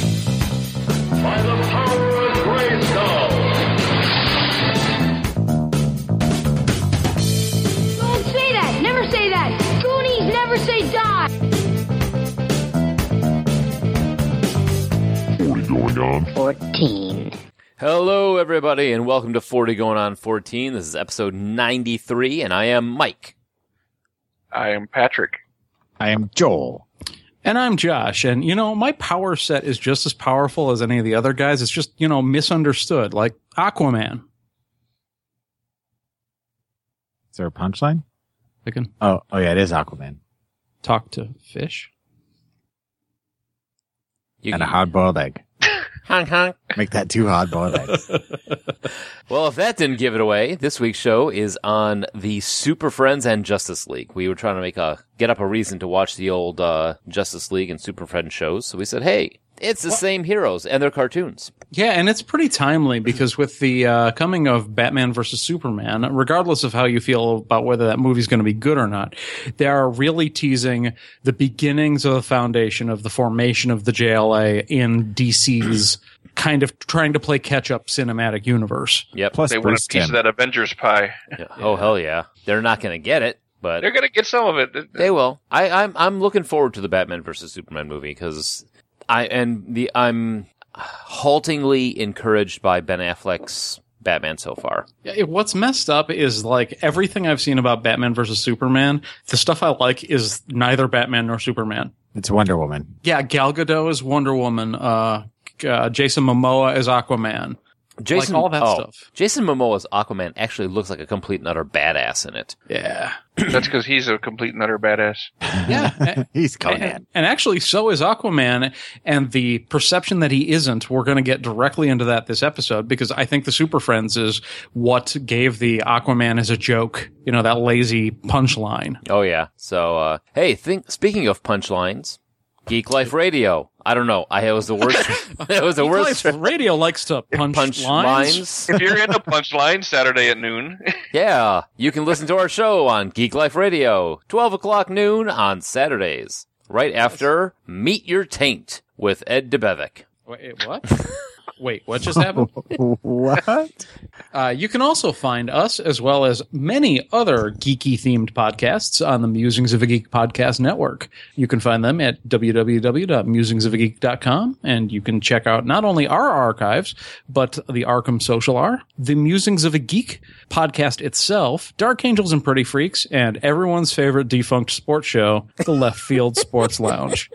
By the power of Grayskull! Don't say that. Never say that. Goonies never say die. Hello, everybody, and welcome to 40 Going On 14. This is episode 93, and I am Mike. I am Patrick. I am Joel. And I'm Josh. And, you know, my power set is just as powerful as any of the other guys. It's just, you know, misunderstood, like Aquaman. Is there a punchline? I can Oh, oh yeah, it is Aquaman talk to fish. You and a hard-boiled egg. honk, honk. Make that two hard-boiled eggs. Well, if that didn't give it away, this week's show is on the Super Friends and Justice League. We were trying to make a get up a reason to watch the old uh, Justice League and Super Friends shows, so we said, "Hey, it's the same heroes and their cartoons." Yeah, and it's pretty timely because with the uh, coming of Batman versus Superman, regardless of how you feel about whether that movie's going to be good or not, they are really teasing the beginnings of the foundation of the formation of the JLA in DC's kind of trying to play catch up cinematic universe. Yep. Plus They want Bruce a piece Tim. of that Avengers pie. Yeah. Oh hell yeah! They're not going to get it, but They're gonna get some of it. They will. I, I'm I'm looking forward to the Batman versus Superman movie because I and the I'm haltingly encouraged by Ben Affleck's Batman so far. Yeah, it- what's messed up is like everything I've seen about Batman versus Superman. The stuff I like is neither Batman nor Superman. It's Wonder Woman. Yeah, Gal Gadot is Wonder Woman. Uh, uh, Jason Momoa is Aquaman. Jason, all that oh, stuff. Jason Momoa's Aquaman actually looks like a complete and utter badass in it. Yeah, That's because he's a complete and utter badass. yeah. He's And, Conan. and actually, so is Aquaman. And the perception that he isn't, we're going to get directly into that this episode because I think the Super Friends is what gave the Aquaman as a joke, you know, that lazy punchline. Oh yeah. So uh, hey, think speaking of punchlines, Geek Life Radio. I don't know. I it was the worst. it was the worst. Life Radio likes to punch, Punch lines. lines. If you're into Punchline Saturday at noon, Yeah, you can listen to our show on Geek Life Radio, 12 o'clock noon on Saturdays, right after Meet Your Taint with Ed DeBevick. Wait, what? Wait, what just happened? what? Uh, you can also find us, as well as many other geeky themed podcasts, on the Musings of a Geek podcast network. You can find them at www.musingsofageek.com, and you can check out not only our archives, but the Arkham Social R, the Musings of a Geek podcast itself, Dark Angels and Pretty Freaks, and everyone's favorite defunct sports show, the Left Field Sports Lounge.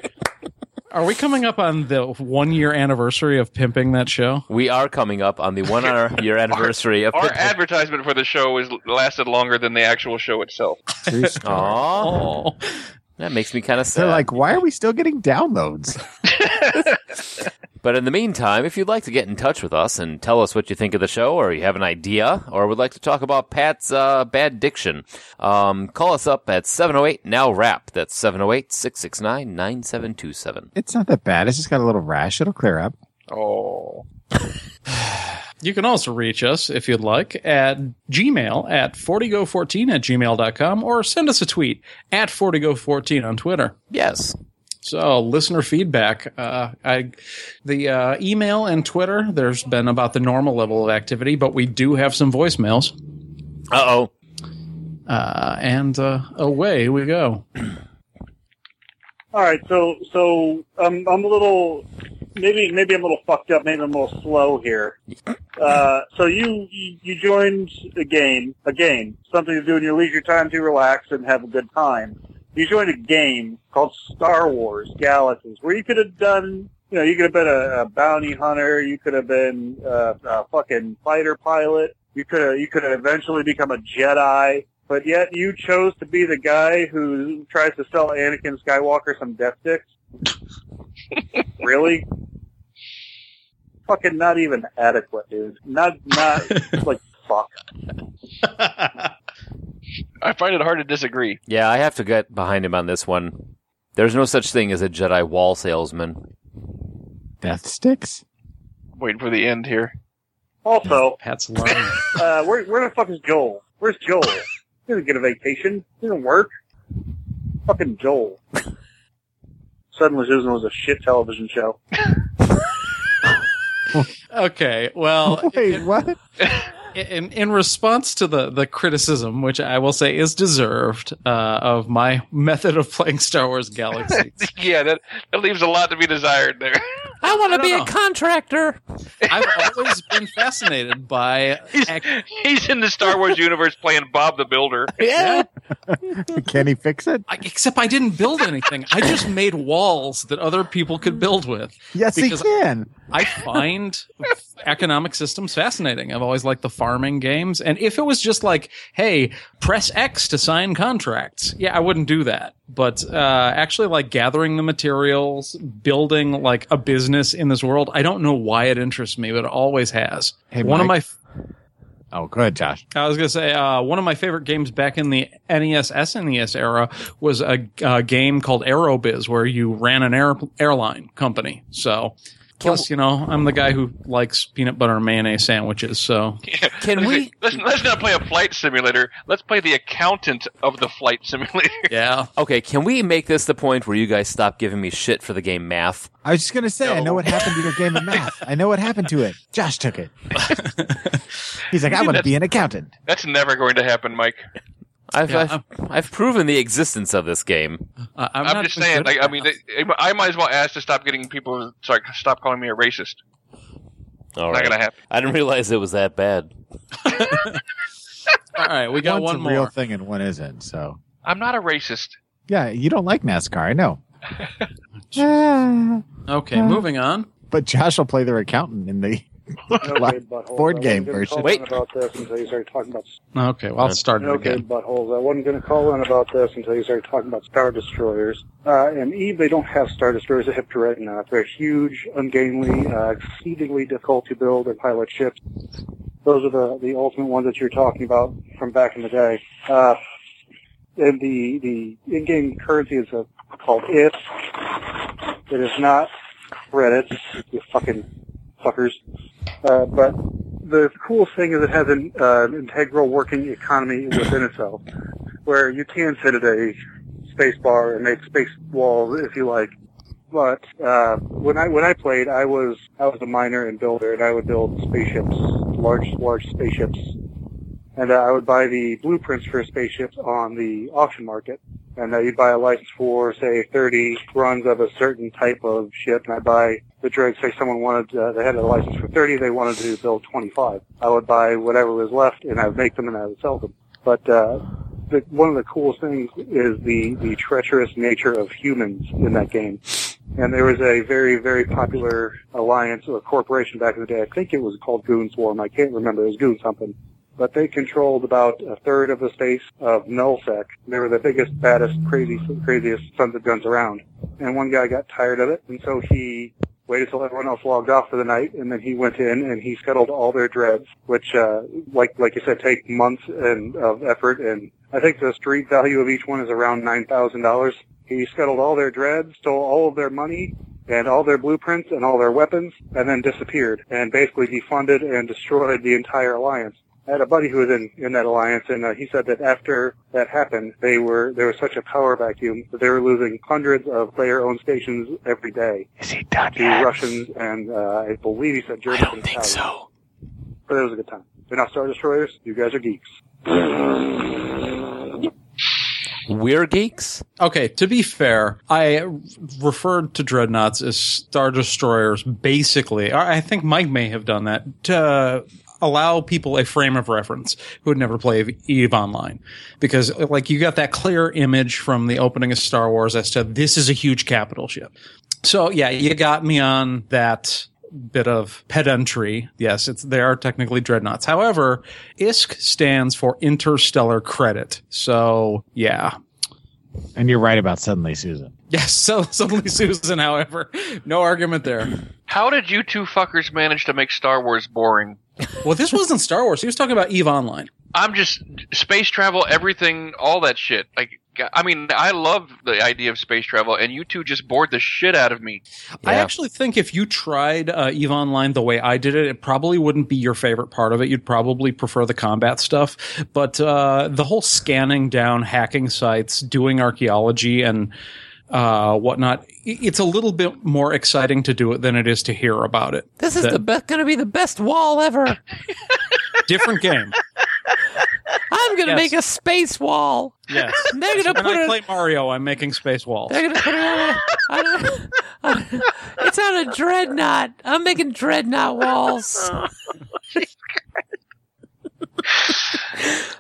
Are we coming up on the one year anniversary of pimping that show? We are coming up on the one hour year anniversary of our Pip- advertisement for the show is lasted longer than the actual show itself. True story. Aw, Oh. that makes me kind of sad. They're like, why are we still getting downloads? but in the meantime, if you'd like to get in touch with us and tell us what you think of the show, or you have an idea, or would like to talk about Pat's uh, bad diction, um, call us up at 708 Now Rap. That's 708 669 9727. It's not that bad. It's just got a little rash. It'll clear up. Oh, You can also reach us, if you'd like, at gmail at 40go14 at gmail.com or send us a tweet at 40go14 on Twitter. Yes. So, listener feedback. Uh, I, the uh, email and Twitter, there's been about the normal level of activity, but we do have some voicemails. Uh oh. Uh, and uh, away we go. All right, so so um, I'm a little maybe maybe I'm a little fucked up. Maybe I'm a little slow here. Uh, so you you joined a game, a game, something to do in your leisure time to relax and have a good time. You joined a game called Star Wars Galaxies, where you could have done. You know, you could have been a, a bounty hunter. You could have been uh, a fucking fighter pilot. You could have, you could have eventually become a Jedi but yet you chose to be the guy who tries to sell Anakin Skywalker some death sticks. really? Fucking not even adequate, dude. Not not like fuck. I find it hard to disagree. Yeah, I have to get behind him on this one. There's no such thing as a Jedi wall salesman. Death sticks. Waiting for the end here. Also, Pat's lying. uh, where, where the fuck is Joel? Where's Joel? He doesn't get a vacation. He doesn't work. Fucking Joel. Suddenly Susan was a shit television show. okay, well, Wait, what? in, in response to the, the criticism, which I will say is deserved, uh, of my method of playing Star Wars Galaxy, yeah, that that leaves a lot to be desired there. I want I don't be a know. contractor. I've always been fascinated by He's, act- he's in the Star Wars universe playing Bob the Builder. Yeah. Can he fix it? I, except I didn't build anything. I just made walls that other people could build with. Yes, Because- he can. I find economic systems fascinating. I've always liked the farming games. And if it was just like, hey, press X to sign contracts, yeah, I wouldn't do that. But uh, actually, like gathering the materials, building like a business in this world, I don't know why it interests me, but it always has. Hey, one of my Mike. Oh, go ahead, Josh. I was gonna say uh, one of my favorite games back in the E NES SNES era was a, a game called Aerobiz, where you ran an air, airline company. So, plus, you know, I'm the guy who likes peanut butter and mayonnaise sandwiches. So, Can we? Let's, let's not play a flight simulator. Let's play the accountant of the flight simulator. yeah, Okay, can we make this the point where you guys stop giving me shit for the game math? I was just gonna say, I know what happened to your game of math. I know what happened to it. Josh took it. He's like, I want to be an accountant. That's never going to happen, Mike. I've, Yeah, I've, I've proven the existence of this game. I- I'm, I'm, not just even saying. good Like, at I mean, math. they- I might as well ask to stop getting people. Sorry, stop calling me a racist. All Not right. gonna happen. I didn't realize it was that bad. all right, we got One's one a more. real thing and one isn't. So I'm not a racist. yeah, you don't like NASCAR, I know. Ah. Okay, moving on. but Josh will play their accountant in the. Okay, board buttholes. I wasn't game gonna version. call in About this until you started talking about Okay, well, I'll start it Okay, again. buttholes. I wasn't going to call in about this until you started talking about Star Destroyers. Uh, and Eve, they don't have Star Destroyers at Hip to Retina. They're huge, ungainly, uh, exceedingly difficult to build and pilot ships. Those are the, the ultimate ones that you're talking about from back in the day. Uh, and the, the in-game currency is a, called IF. It is not credits, you fucking fuckers. Uh, but the coolest thing is it has an uh, integral working economy within itself, where you can sit at a space bar and make space walls if you like. But uh, when I when I played, I was I was a miner and builder, and I would build spaceships, large large spaceships, and uh, I would buy the blueprints for spaceships on the auction market. And uh, you buy a license for say 30 runs of a certain type of ship, and I buy the dregs. Say someone wanted, uh, they had a license for 30, they wanted to build 25. I would buy whatever was left, and I would make them and I would sell them. But uh, the, one of the coolest things is the the treacherous nature of humans in that game. And there was a very, very popular alliance or corporation back in the day. I think it was called Goon Swarm. I can't remember. It was Goon something but they controlled about a third of the space of Nullsec. They were the biggest, baddest, crazy, craziest sons of guns around. And one guy got tired of it, and so he waited till everyone else logged off for the night, and then he went in and he scuttled all their dreads, which, uh, like like you said, take months and of effort. And I think the street value of each one is around nine thousand dollars. He scuttled all their dreads, stole all of their money, and all their blueprints and all their weapons, and then disappeared and basically defunded and destroyed the entire alliance. I had a buddy who was in, in that alliance, and uh, he said that after that happened, they were there was such a power vacuum that they were losing hundreds of player-owned stations every day Is he done to Russians and uh, I believe he said Germans. I don't think so. But it was a good time. They're not star destroyers. You guys are geeks. We're geeks? Okay, to be fair, I r- referred to dreadnoughts as star destroyers. Basically, I I think Mike may have done that to allow people a frame of reference who had never played Eve Online, because like you got that clear image from the opening of Star Wars as to this is a huge capital ship. So yeah, you got me on that bit of pedantry. Yes, it's they are technically dreadnoughts. However, ISK stands for Interstellar Credit. So yeah, And you're right about suddenly Susan. Yes, so suddenly Susan, however. No argument there. How did you two fuckers manage to make Star Wars boring? Well, this wasn't Star Wars. He was talking about Eve Online. I'm just space travel, everything, all that shit. Like, I mean, I love the idea of space travel, and you two just bored the shit out of me. I Yeah. actually think if you tried uh, Eve Online the way I did it, it probably wouldn't be your favorite part of it. You'd probably prefer the combat stuff. But uh, the whole scanning down, hacking sites, doing archaeology, and uh, whatnot, i- it's a little bit more exciting to do it than it is to hear about it. This is That- the best, gonna be the best wall ever. Different game. I'm gonna Yes. make a space wall. Yes. And they're gonna When put I it. play Mario, I'm making space walls. they're gonna put it on. A, on a, on a- it's on a dreadnought. I'm making dreadnought walls.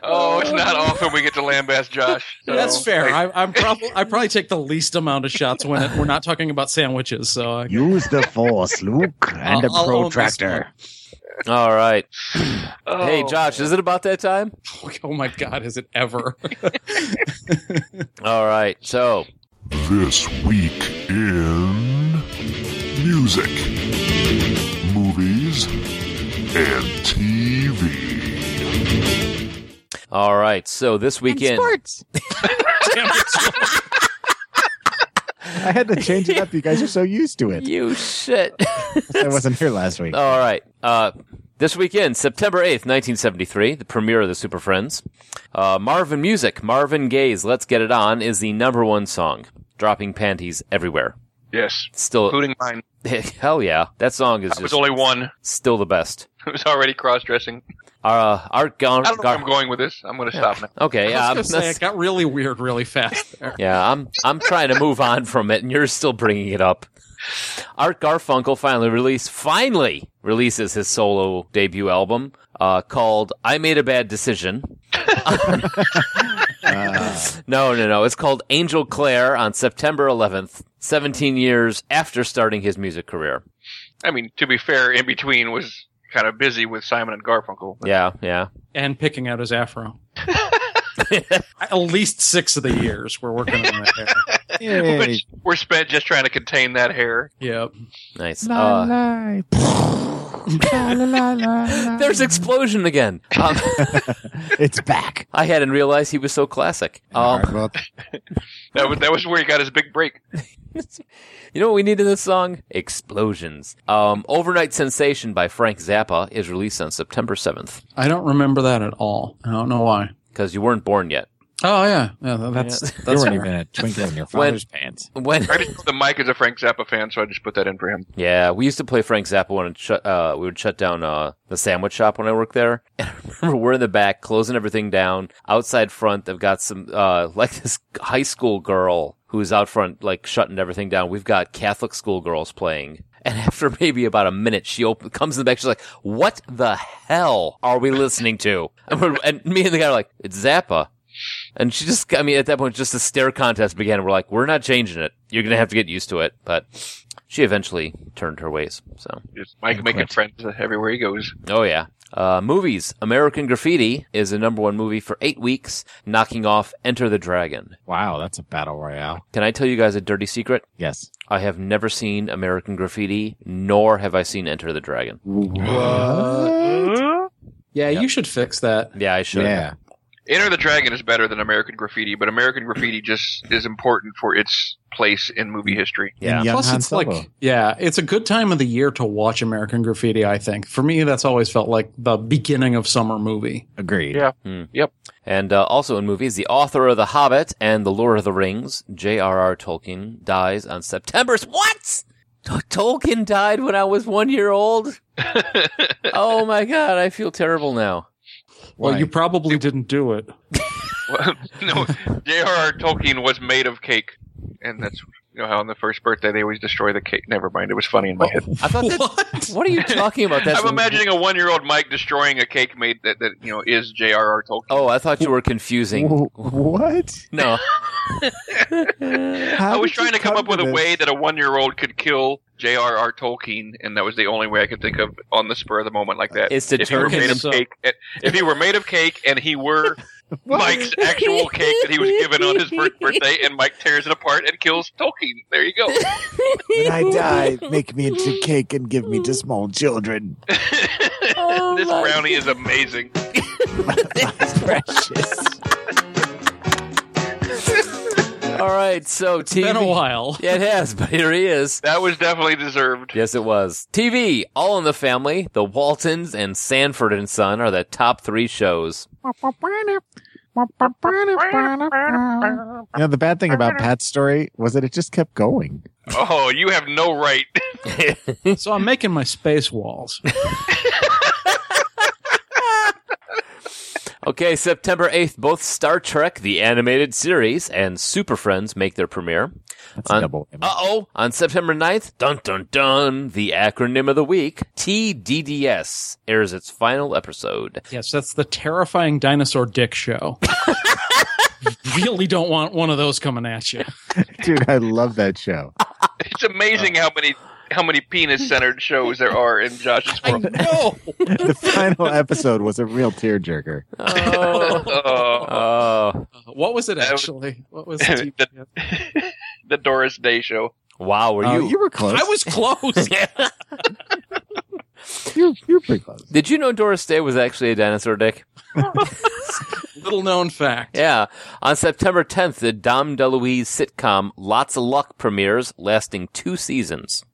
Oh, it's not often we get to lambaste Josh. so- That's fair. I, I'm probably I probably take the least amount of shots when it, we're not talking about sandwiches. So I, Use the force, Luke, and a I'll- I'll own this protractor. All right. Oh. Hey, Josh, is it about that time? one. Oh my god, is it ever? All right. So This week in music, movies, and TV. All right. So this weekend. I had to change it up. You guys are so used to it. You shit. I wasn't here last week. All right. Uh, this weekend, September 8th, 1973, the premiere of the Super Friends. Uh, Marvin Music, Marvin Gaye's Let's Get It On is the number one song, dropping panties everywhere. Yes, Still, including mine. hell yeah. That song is It was just only one. still the best. It was already cross-dressing. Uh, Art Gar- I don't know where Gar- I'm going with this. I'm going to stop now. Okay, yeah, I I'm, was gonna say, it that's- got really weird really fast there. yeah, I'm I'm trying to move on from it, and you're still bringing it up. Art Garfunkel finally released finally releases his solo debut album uh, called "I Made a Bad Decision." Uh, No, no, no. It's called Angel Claire on September 11th, 17 years after starting his music career. I mean, to be fair, in between was kind of busy with Simon and Garfunkel. Yeah, yeah. and picking out his afro. At least six of the years we're working on that hair. Yay. Which we're spent just trying to contain that hair. Yep. Nice. La, Uh, la. La, la, la, la, la. there's explosion again. Um, It's back. I hadn't realized he was so classic. All right, Um, well, That was that was where he got his big break. you know what we need in this song? Explosions. Um, Overnight Sensation by Frank Zappa is released on September 7th I don't remember that at all. I don't know why. because you weren't born yet. Oh yeah, yeah. That's you that's weren't fair. even a twinkle in your When- father's pants. When I didn't know the mic is a Frank Zappa fan, so I just put that in for him. Yeah, we used to play Frank Zappa when it shut, uh, we would shut down uh, the sandwich shop when I worked there. And I remember we're in the back closing everything down. Outside front, they've got some uh, like this high school girl who's out front like shutting everything down. We've got Catholic school girls playing. And after maybe about a minute, she op- comes in the back. She's like, "What the hell are we listening to?" And, we're, and me and the guy are like, "It's Zappa." And she just, I mean, at that point, just a stare contest began. We're like, we're not changing it. You're going to have to get used to it. But she eventually turned her ways. So, Just Mike making friends everywhere he goes. oh yeah. Uh, movies. American Graffiti is the number one movie for eight weeks, knocking off Enter the Dragon. Wow, that's a battle royale. Can I tell you guys a dirty secret? Yes. I have never seen American Graffiti, nor have I seen Enter the Dragon. Yeah, you should fix that. Yeah, I should. Yeah. Enter the Dragon is better than American Graffiti, but American Graffiti just is important for its place in movie history. Yeah. And young Plus, Han it's Solo. like yeah, it's a good time of the year to watch American Graffiti. I think for me, that's always felt like the beginning of summer movie. Agreed. Yeah. And uh, also in movies, the author of The Hobbit and The Lord of the Rings, J.R.R. Tolkien, dies on September. What? T- Tolkien died when I was one year old? oh my god, I feel terrible now. Well, Why? you probably didn't do it. no, J.R.R. Tolkien was made of cake, and that's you know how on the first birthday they always destroy the cake. Never mind, it was funny in my head. I thought that. What? What are you talking about? That's I'm imagining a one-year-old Mike destroying a cake made that, that you know is J.R.R. Tolkien. Oh, I thought you were confusing. Wh- What? No, How I was did you trying to come up with a this? way that a one-year-old could kill J.R.R. Tolkien, and that was the only way I could think of on the spur of the moment like that. It's to if he were turn made him of so- cake, if he were made of cake, and he were Mike's actual cake that he was given on his birth- birthday, and Mike tears it apart and kills Tolkien. There you go. When I die, make me into cake and give me to small children. Oh this my brownie is amazing. Precious. All right, so TV. Been a while. Yeah, it has, but here he is. That was definitely deserved. Yes, it was. TV, All in the Family, The Waltons, and Sanford and Son are the top three shows. You know, the bad thing about Pat's story was that it just kept going. Oh, you have no right. So I'm making my space walls. Okay, September 8th, both Star Trek, the animated series, and Super Friends make their premiere. That's On- a double. whammy. Uh oh, on September 9th, dun dun dun, the acronym of the week, TDDS, airs its final episode. Yes, that's the terrifying dinosaur dick show. really don't want one of those coming at you. Dude, I love that show. It's amazing how many how many penis centered shows there are in Josh's world. No. The final episode was a real tearjerker. Oh, Oh, oh. What was it That was- actually? What was it? the Doris Day show. wow, were Oh, you. you were close. I was close. you, you were pretty close. Did you know Doris Day was actually a dinosaur dick? Little known fact. Yeah. On September 10th, the Dom DeLuise sitcom Lots of Luck premieres, lasting two seasons.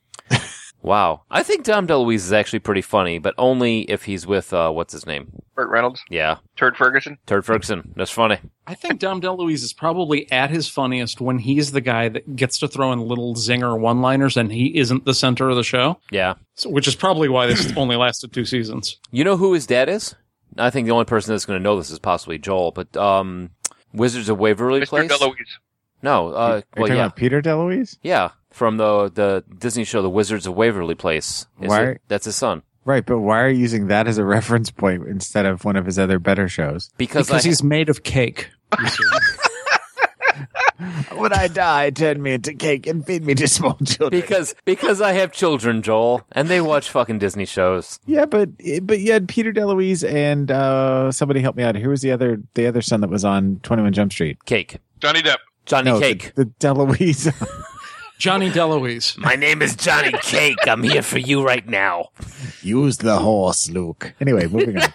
wow. I think Dom DeLuise is actually pretty funny, but only if he's with, uh, what's his name? Burt Reynolds, Yeah. Turd Ferguson. Turd Ferguson. That's funny. I think Dom DeLuise is probably at his funniest when he's the guy that gets to throw in little zinger one-liners and he isn't the center of the show, Yeah. so, which is probably why this only lasted two seasons. You know who his dad is? I think the only person that's going to know this is possibly Joel, but, um, Wizards of Waverly Mr. Place? DeLuise. No. Are Uh, you well, talking yeah. about Peter DeLuise? Yeah. From the, the Disney show, The Wizards of Waverly Place. Is Why- it- That's his son. Right, but why are you using that as a reference point instead of one of his other better shows? Because, Because I, he's made of cake. When I die, turn me into cake and feed me to small children. because because I have children, Joel, and they watch fucking Disney shows. Yeah, but but you had Peter DeLuise and uh, somebody help me out. Who was the other the other son that was on Twenty One Jump Street? Cake, Johnny Depp. Johnny No, the- Cake. The, DeLuise. Johnny DeLuise. My name is Johnny Cake. I'm here for you right now. Use the horse, Luke. Anyway, moving on.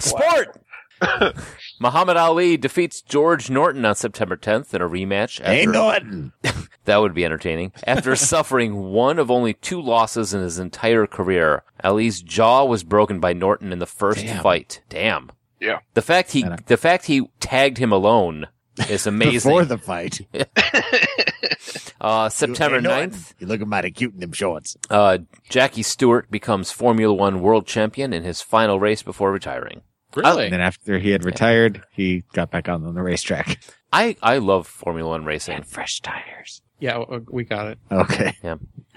Sport. Muhammad Ali defeats George Norton on September 10th in a rematch. hey after- Norton, That would be entertaining. After suffering one of only two losses in his entire career, Ali's jaw was broken by Norton in the first fight. Damn. Yeah. The fact he Man, I- the fact he tagged him alone is amazing. before the fight, you- uh, September hey, Norton, 9th, You looking mighty cute in them shorts. Uh, Jackie Stewart becomes Formula One world champion in his final race before retiring. And then after he had retired, he got back on the racetrack. I, I love Formula One racing. fresh tires. yeah, w- we got it. Okay,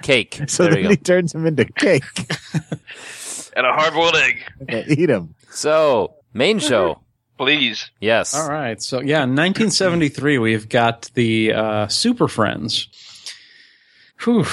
Cake. so there then you he go. turns him into cake. And a hard boiled egg. Okay, Eat him. So, main show. Please. Yes. All right. So, yeah, in 1973, we've got the uh, Super Friends. Whew.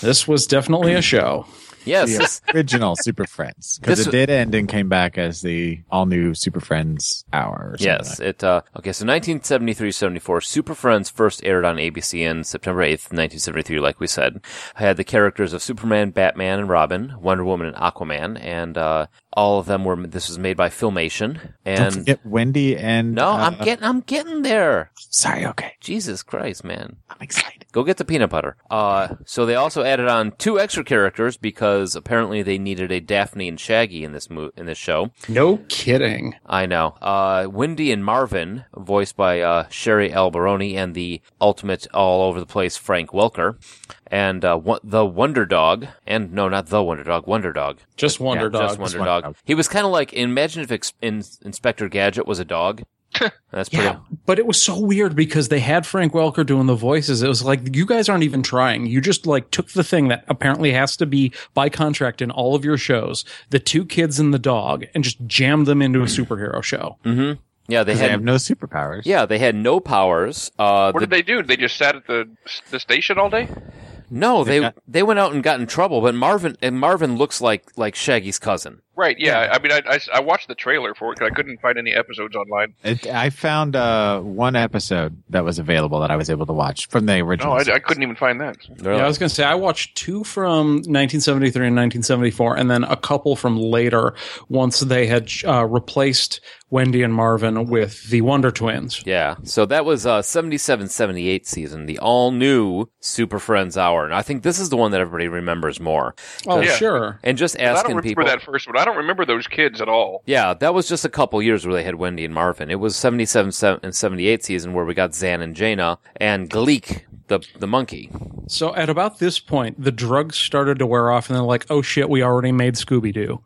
This was definitely a show. Yes. the this- original Super Friends This because it was- did end and came back as the all new Super Friends hour. or something Yes, like it, uh, okay, so 1973-74, Super Friends first aired on ABC on September 8th, 1973, like we said. I had the characters of Superman, Batman, and Robin, Wonder Woman, and Aquaman, and, uh, all of them were, this was made by Filmation, that. Don't and, forget Wendy and no, uh, I'm getting, I'm getting there. sorry. Okay, Jesus Christ, man. I'm excited. Go get the peanut butter. Uh, so they also added on two extra characters because apparently they needed a Daphne and Shaggy in this mo- in this show. No kidding. I know. Uh, Wendy and Marvin, voiced by uh, Sherry Alberoni and the ultimate all over the place Frank Welker, and uh, Wo- the Wonder Dog, and no, not the Wonder Dog, Wonder Dog. Just Wonder Yeah, Dog. just Wonder Wonder Dog. Dog. He was kind of like imagine if ex- in- Inspector Gadget was a dog. That's pretty. Yeah, but it was so weird because they had Frank Welker doing the voices. It was like you guys aren't even trying. You just like took the thing that apparently has to be by contract in all of your shows, the two kids and the dog, and just jammed them into a superhero show. hmm Yeah, they They have had. no superpowers. Yeah, they had no powers. Uh, What the- did they do? They just sat at the the station all day. No, they they went out and got in trouble. But Marvin and Marvin looks like like Shaggy's cousin. Right, yeah. I mean, I, I s- I watched the trailer for it because I couldn't find any episodes online. It, I found uh, one episode that was available that I was able to watch from the No, original. Oh, I, series. I couldn't even find that. Really? Yeah, I was going to say I watched two from 1973 and 1974, and then a couple from later once they had uh, replaced Wendy and Marvin with the Wonder Twins. Yeah. So that was uh 77 78 season, the all new Super Friends Hour. And I think this is the one that everybody remembers more. Oh, Yeah. sure. And just I don't asking remember people. that first one. I don't remember those kids at all. Yeah, that was just a couple years where they had Wendy and Marvin. It was 77 se- and 78 season where we got Zan and Jaina and Gleek, the, the monkey. So at about this point, the drugs started to wear off, and they're like, "Oh shit, we already made Scooby Doo."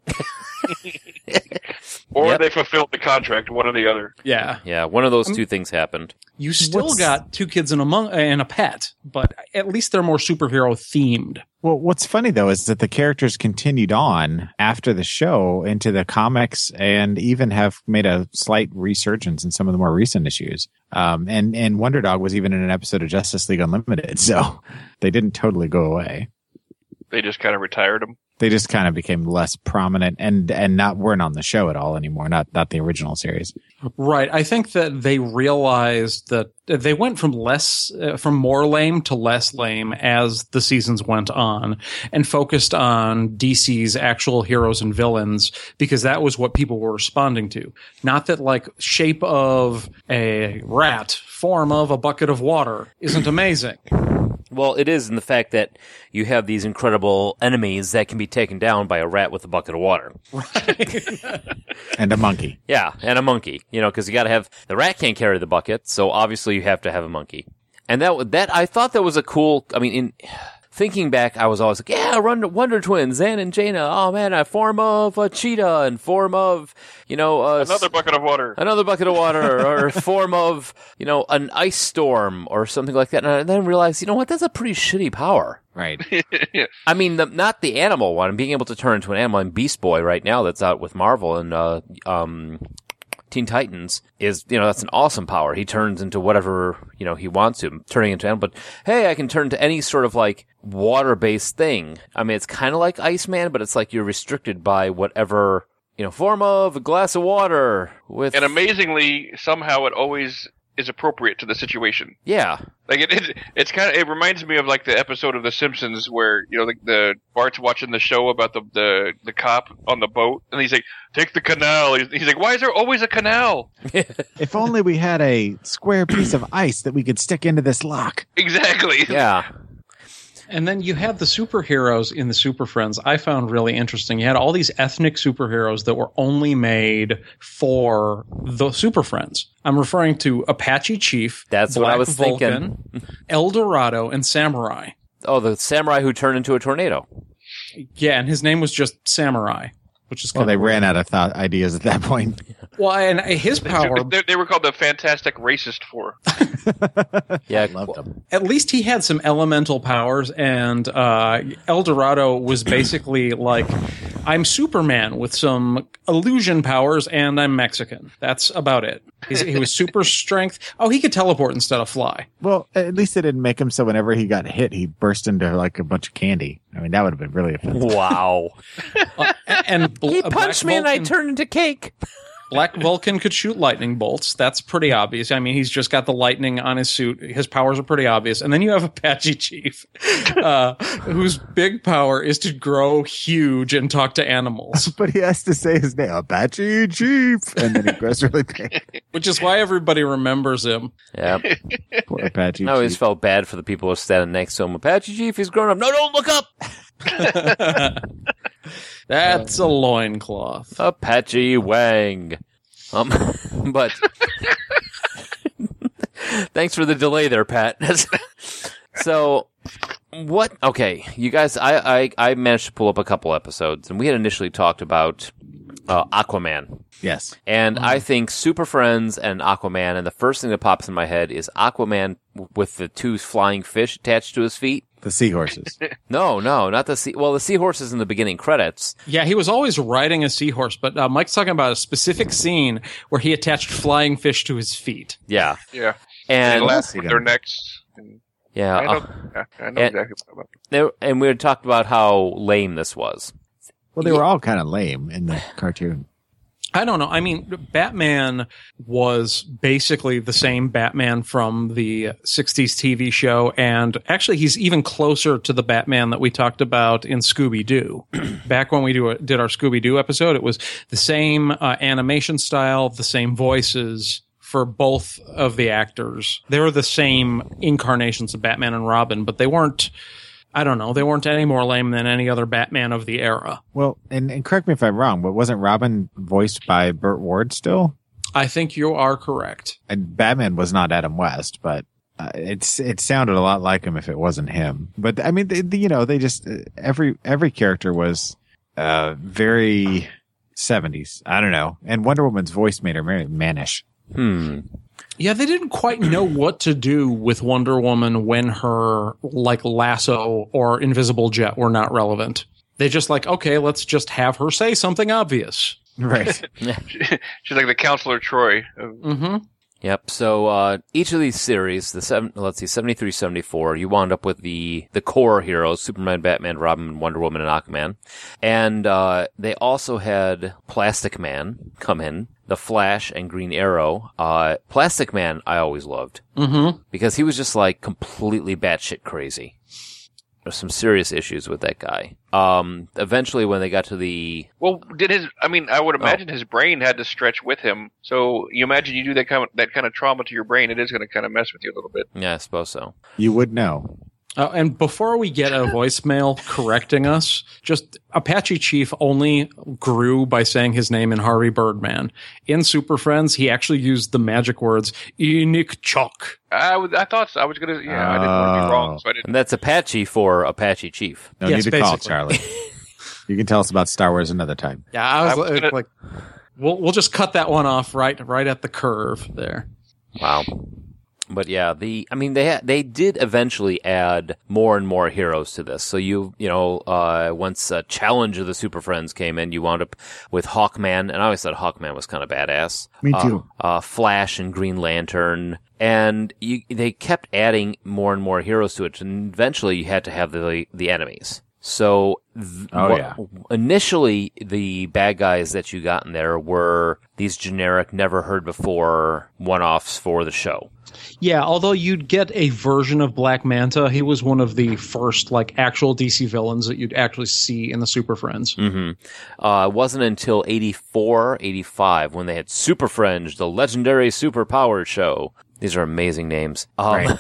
Or Yep. they fulfilled the contract, one or the other. Yeah, Yeah, one of Um, those two things happened. you still What's- got two kids and a mon- and a pet, but at least they're more superhero themed. Well, what's funny though is that the characters continued on after the show into the comics and even have made a slight resurgence in some of the more recent issues. Um, and and Wonder Dog was even in an episode of Justice League Unlimited, so they didn't totally go away. They just kind of retired them. They just kind of became less prominent and and not weren't on the show at all anymore. Not not the original series. Right. I think that they realized that uh, they went from less, uh, from more lame to less lame as the seasons went on and focused on DC's actual heroes and villains because that was what people were responding to. Not that like shape of a rat, form of a bucket of water isn't amazing. Well, it is in the fact that you have these incredible enemies that can be taken down by a rat with a bucket of water. And a monkey. Yeah, and a monkey. You know, because you got to have the rat can't carry the bucket, so obviously you have to have a monkey. And that wa- that I thought that was a cool. I mean, in thinking back, I was always like, yeah, Wonder, Wonder Twins, Zan and Jaina. Oh man, a form of a cheetah and form of you know a s- Another bucket of water. another bucket of water or a form of you know an ice storm or something like that. And I then realized, you know what, that's a pretty shitty power. Right. I mean, the, not the animal one. Being able to turn into an animal. And Beast Boy right now, that's out with Marvel and uh, um, Teen Titans, is you know that's an awesome power. He turns into whatever you know he wants to, turning into animal. But hey, I can turn to any sort of like water-based thing. I mean, it's kind of like Iceman, but it's like you're restricted by whatever you know form of a glass of water with And amazingly, somehow it always is appropriate to the situation. yeah. Like it, it it's kind of it reminds me of like the episode of The Simpsons where you know the, the Bart's watching the show about the, the the cop on the boat and he's like take the canal he's, he's like why is there always a canal if only we had a square piece of ice that we could stick into this lock. exactly Yeah, And then you had the superheroes in the Super Friends I found really interesting. You had all these ethnic superheroes that were only made for the Super Friends. I'm referring to Apache Chief, That's what I was Vulcan, El Dorado, and Samurai. oh, the samurai who turned into a tornado. Yeah, and his name was just Samurai, which is Well, kind they of ran out of thought ideas at that point. well, and his power. They, they were called the Fantastic Racist Four. Yeah, Loved them. at least he had some elemental powers, and uh, El Dorado was basically like, I'm Superman with some illusion powers, and I'm Mexican. That's about it. He's, he was super strength. Oh, he could teleport instead of fly. Well, at least it didn't make him so whenever he got hit, he burst into like a bunch of candy. I mean, that would have been really offensive. Wow, A- And bl- he uh, punched Black me and I Vulcan- turned into cake. Black Vulcan could shoot lightning bolts. That's pretty obvious. I mean, he's just got the lightning on his suit. His powers are pretty obvious. And then you have Apache Chief, uh, whose big power is to grow huge and talk to animals. But he has to say his name, Apache Chief, and then he grows really big. which is why everybody remembers him. Yeah, Poor Apache I always Chief. felt bad for the people who are standing next to him. Apache Chief, he's grown up. No, don't look up. That's a loincloth. Apache Wang. Um, but thanks for the delay there, Pat. so what? Okay, you guys, I, I I managed to pull up a couple episodes, and we had initially talked about uh, Aquaman. Yes. And Mm-hmm. I think Super Friends and Aquaman, and the first thing that pops in my head is Aquaman w- with the two flying fish attached to his feet. The seahorses. No, no, not the sea. Well, the seahorse is in the beginning credits. Yeah, he was always riding a seahorse, but uh, Mike's talking about a specific scene where he attached flying fish to his feet. Yeah, Yeah, and and last Mexican. their necks. And yeah, uh, I know, yeah, I know and- exactly what I'm talking about. there- and we had talked about how lame this was. Well, they were all kind of lame in the cartoon. I don't know. I mean, Batman was basically the same Batman from the 60s TV show. And actually, he's even closer to the Batman that we talked about in Scooby Doo. Back when we do a, did our Scooby Doo episode, it was the same uh, animation style, the same voices for both of the actors. They were the same incarnations of Batman and Robin, but they weren't. I don't know. They weren't any more lame than any other Batman of the era. Well, and, and correct me if I'm wrong, but wasn't Robin voiced by Burt Ward still? I think you are correct. And Batman was not Adam West, but uh, it's it sounded a lot like him if it wasn't him. But I mean, they, they- you know, they just uh, every every character was uh very 70s. I don't know. And Wonder Woman's voice made her very mannish. Hmm. Yeah, they didn't quite know what to do with Wonder Woman when her like lasso or invisible jet were not relevant. They just like, okay, let's just have her say something obvious. Right. She's like the counselor Troy. of- Mm-hmm. Yep. So uh, each of these series, the seven, let's see, 73, 74, you wound up with the the core heroes: Superman, Batman, Robin, Wonder Woman, and Aquaman. And uh, they also had Plastic Man come in, the Flash, and Green Arrow. Uh, Plastic Man, I always loved Mm-hmm. because he was just like completely batshit crazy. There's some serious issues with that guy. Um, eventually, when they got to the Well, did his? I mean, I would imagine his brain had to stretch with him. So you imagine you do that kind of that kind of trauma to your brain, it is going to kind of mess with you a little bit. yeah, I suppose so. you would know. Uh, and before we get a voicemail correcting us, just Apache Chief only grew by saying his name in Harvey Birdman. In Super Friends, he actually used the magic words "Enoch Chalk." I, would, I thought so. I was going to. Yeah, I didn't want to be Oh. wrong, so I didn't. And that's Apache for Apache Chief. No Yes, need to call, basically. Charlie. you can tell us about Star Wars another time. Yeah, I was, I was like, gonna- like, we'll we'll just cut that one off right right at the curve there. Wow. But yeah, the I mean they ha- they did eventually add more and more heroes to this. So you you know uh, once uh, Challenge of the Super Friends came in, you wound up with Hawkman, and I always thought Hawkman was kind of badass. Me Uh, too. Uh, Flash and Green Lantern, and you, they kept adding more and more heroes to it, and eventually you had to have the the enemies. So th- Oh, wha- yeah. initially the bad guys that you got in there were these generic, never heard before one offs for the show. Yeah, although you'd get a version of Black Manta, he was one of the first like actual DC villains that you'd actually see in the Super Friends. hmm Mm-hmm. Uh, it wasn't until 84, 85 when they had Super Fringe, the legendary superpower show. These are amazing names. Um,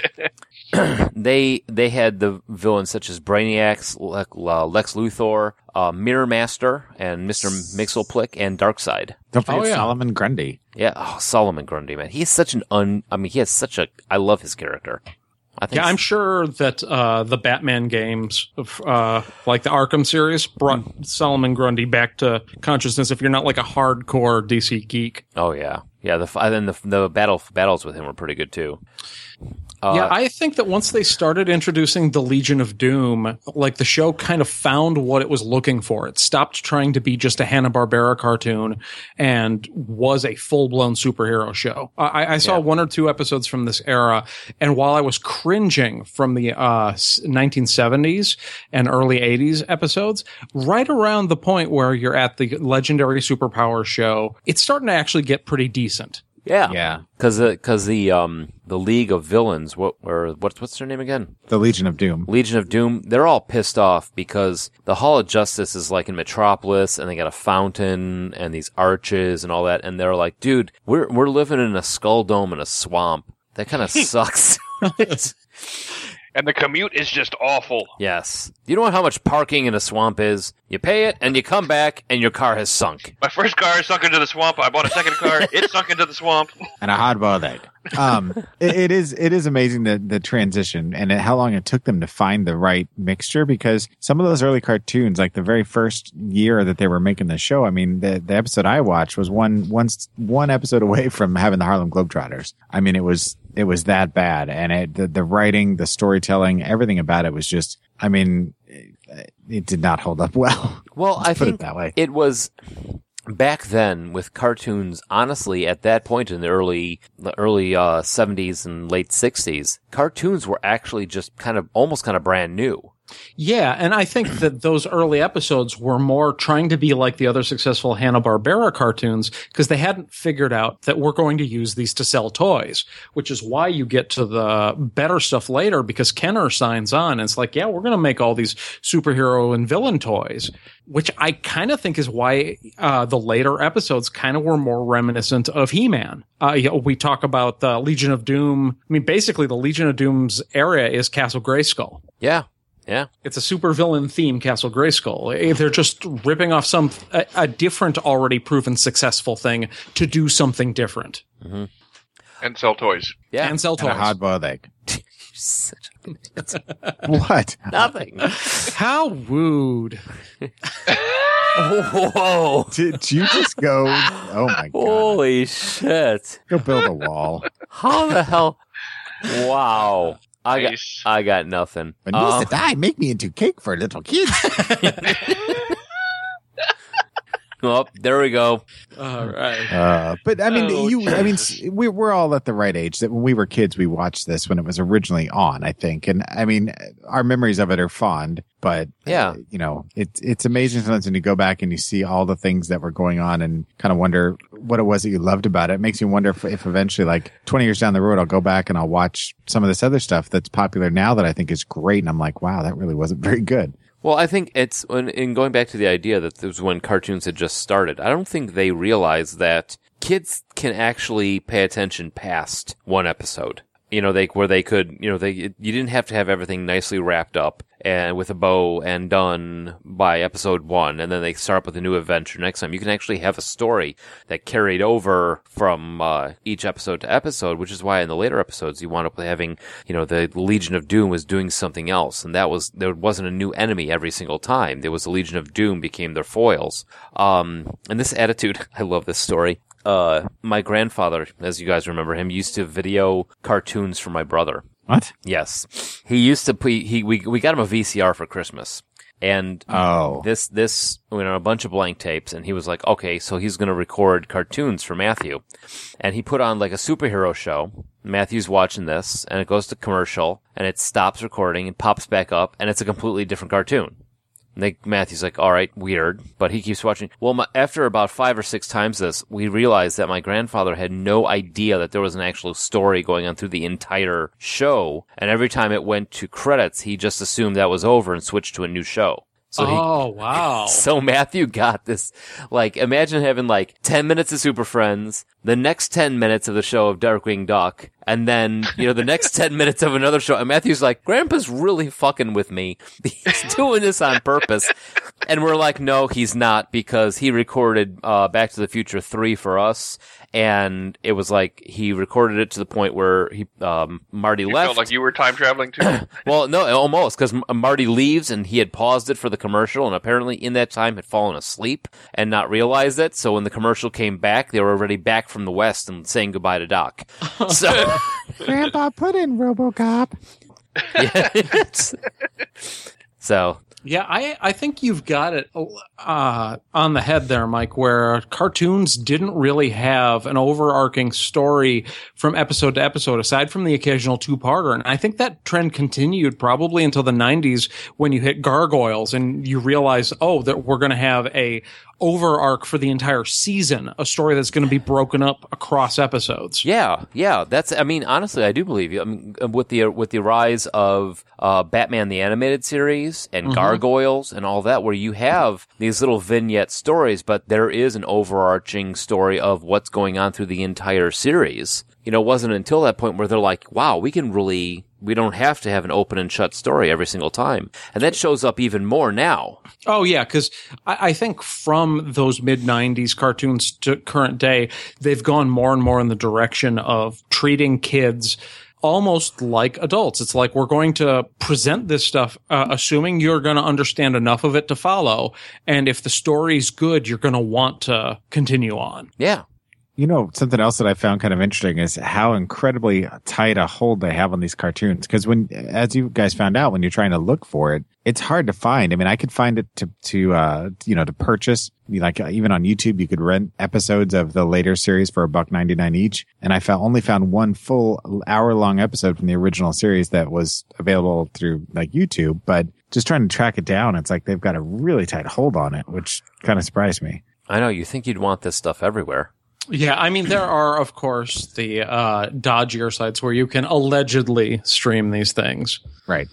they they had the villains such as Brainiacs, Le- Le- Lex Luthor, uh, Mirror Master, and Mister Mixelplick, and Darkseid. Don't forget Oh, yeah. Solomon Grundy. Yeah, oh, Solomon Grundy, man, he's such an un. I mean, he has such a. I love his character. I think Yeah, I'm sure that uh, the Batman games, of, uh, like the Arkham series, brought Solomon Grundy back to consciousness. If you're not like a hardcore DC geek, Oh yeah, yeah. The f- and then the the battle battles with him were pretty good too. Uh, yeah, I think that once they started introducing the Legion of Doom, like the show kind of found what it was looking for. It stopped trying to be just a Hanna Barbera cartoon and was a full blown superhero show. I, I saw one or two episodes from this era, and while I was cringing from the uh, s- 1970s and early 80s episodes, right around the point where you're at the legendary superpower show, it's starting to actually get pretty decent. yeah, Yeah. Because because the um the League of Villains, what or what's what's their name again? The Legion of Doom. Legion of Doom. They're all pissed off because the Hall of Justice is like in Metropolis, and they got a fountain and these arches and all that, and they're like, dude, we're we're living in a skull dome in a swamp. That kind of sucks. And the commute is just awful. yes. You know how much parking in a swamp is? You pay it and you come back and your car has sunk. My first car sunk into the swamp. I bought a second car. it sunk into the swamp. and a hard boiled egg. Um, it, it is it is amazing the the transition and it, how long it took them to find the right mixture because some of those early cartoons, like the very first year that they were making the show, I mean the the episode I watched was one one s- one episode away from having the Harlem Globetrotters. I mean it was it was that bad and it the, the writing, the storytelling, everything about it was just I mean it, it did not hold up well. Well, I put it think that way. It was back then with cartoons. Honestly, at that point in the early the early uh, 70s and late 60s, cartoons were actually just kind of almost kind of brand new. Yeah, and I think that those early episodes were more trying to be like the other successful Hanna-Barbera cartoons because they hadn't figured out that we're going to use these to sell toys, which is why you get to the better stuff later because Kenner signs on and it's like, yeah, we're going to make all these superhero and villain toys, which I kind of think is why uh, the later episodes kind of were more reminiscent of He-Man. Uh, you know, we talk about the Legion of Doom. I mean, basically, the Legion of Doom's area is Castle Grayskull Yeah. Yeah. it's a supervillain theme Castle Grayskull. Eh, They're just ripping off some a, a different, already proven successful thing to do something different and sell toys. Yeah. and sell And toys. a hot boiled egg. Such a- it's What? nothing. How rude! Whoa. Did you just go? Oh my god! Holy shit. Go build a wall. How the hell? Wow. I got, Nice. I got nothing. When Uh, Lisa died, make me into cake for little kids. oh, there we go. All right. Uh, but I mean, Oh, you. I mean, s- we, we're all at the right age that when we were kids, we watched this when it was originally on. I think, and I mean, our memories of it are fond. But uh, Yeah. you know, it's it's amazing sometimes when you go back and you see all the things that were going on and kind of wonder what it was that you loved about it. It makes you wonder if, if eventually, like twenty years down the road, I'll go back and I'll watch some of this other stuff that's popular now that I think is great, and I'm like, wow, that really wasn't very good. Well, I think it's when, in going back to the idea that this was when cartoons had just started. I don't think they realized that kids can actually pay attention past one episode. You know, they where they could, you know, they you didn't have to have everything nicely wrapped up and with a bow and done by episode one, and then they start up with a new adventure next time. You can actually have a story that carried over from uh, each episode to episode, which is why in the later episodes you wound up having, you know, the Legion of Doom was doing something else, and that was there wasn't a new enemy every single time. There was the Legion of Doom became their foils. Um, and this attitude, I love this story. Uh, my grandfather, as you guys remember him, used to video cartoons for my brother. What? Yes, he used to. He, he we we got him a VCR for Christmas, and Oh, this this you know a bunch of blank tapes and he was like okay so he's going to record cartoons for matthew and he put on like a superhero show matthew's watching this and it goes to commercial and it stops recording and pops back up and it's a completely different cartoon and they, Matthew's like, all right, weird, but he keeps watching. Well, my, after about five or six times this, we realized that my grandfather had no idea that there was an actual story going on through the entire show. And every time it went to credits, he just assumed that was over and switched to a new show. So he, oh wow! so Matthew got this. Like, imagine having like 10 minutes of Super Friends, the next 10 minutes of the show of Darkwing Duck, and then, you know, the next 10 minutes of another show. And Matthew's like, Grandpa's really fucking with me. He's doing this on purpose. And we're like, no, he's not because he recorded, uh, Back to the Future 3 for us. And it was like, he recorded it to the point where he, um, Marty You left. felt like you were time traveling too. Well, no, almost because Marty leaves and he had paused it for the commercial, and apparently in that time had fallen asleep and not realized it. So when the commercial came back, they were already back from the west and saying goodbye to Doc. So Grandpa put in RoboCop. yeah, it's- so Yeah, I I think you've got it uh, on the head there, Mike. Where cartoons didn't really have an overarching story from episode to episode, aside from the occasional two parter, and I think that trend continued probably until the '90s when you hit Gargoyles and you realize, oh, that we're going to have a over arc for the entire season, a story that's going to be broken up across episodes. yeah, yeah. That's I mean, honestly, I do believe you. I mean, uh, with the with the rise of uh, Batman the animated series and Gargoyles and all that, where you have these little vignette stories, but there is an overarching story of what's going on through the entire series. you know, it wasn't until that point where they're like, wow, we can really, we don't have to have an open and shut story every single time. And that shows up even more now. Oh yeah, because I, I think from those mid '90s cartoons to current day, they've gone more and more in the direction of treating kids almost like adults. It's like we're going to present this stuff, uh, assuming you're going to understand enough of it to follow, and if the story's good, you're going to want to continue on. Yeah. You know, something else that I found kind of interesting is how incredibly tight a hold they have on these cartoons. Cause when, as you guys found out, when you're trying to look for it, it's hard to find. I mean, I could find it to, to, uh, you know, to purchase, You like uh, even on YouTube, you could rent episodes of the later series for a buck 99 each. And I found, only found one full hour long episode from the original series that was available through like YouTube, but just trying to track it down, it's like they've got a really tight hold on it, which kind of surprised me. I know you think you'd want this stuff everywhere. Yeah, I mean there are of course the uh, dodgier sites where you can allegedly stream these things. Right.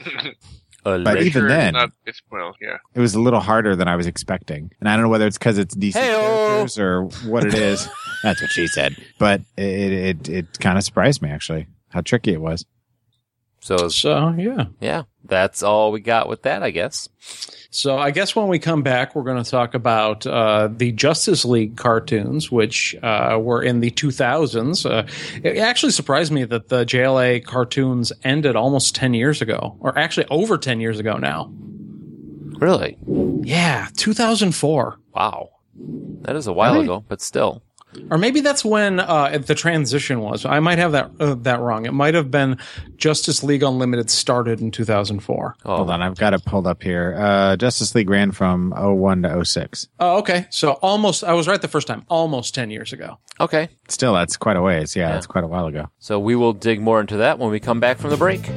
Alleg- even Sure, then- it's not, it's well, yeah. It was a little harder than I was expecting. And I don't know whether it's because it's DC Hey-o. characters or what it is. That's what she said. But it it, it kind of surprised me actually how tricky it was. so So yeah. yeah, that's all we got with that, I guess. So I guess when we come back, we're going to talk about uh, the Justice League cartoons, which uh, were in the 2000s. Uh, it actually surprised me that the JLA cartoons ended almost 10 years ago, or actually over 10 years ago now. Really? Yeah, 2004. Wow. That is a while ago, but still. Or maybe that's when uh, the transition was. I might have that uh, that wrong. It might have been Justice League Unlimited started in 2004. Oh, Hold on, I've got it pulled up here. Uh, Justice League ran from 01 to 06. Oh, okay. So almost, I was right the first time. Almost 10 years ago. okay. Still, that's quite a ways. Yeah, that's quite a while ago. So we will dig more into that when we come back from the break.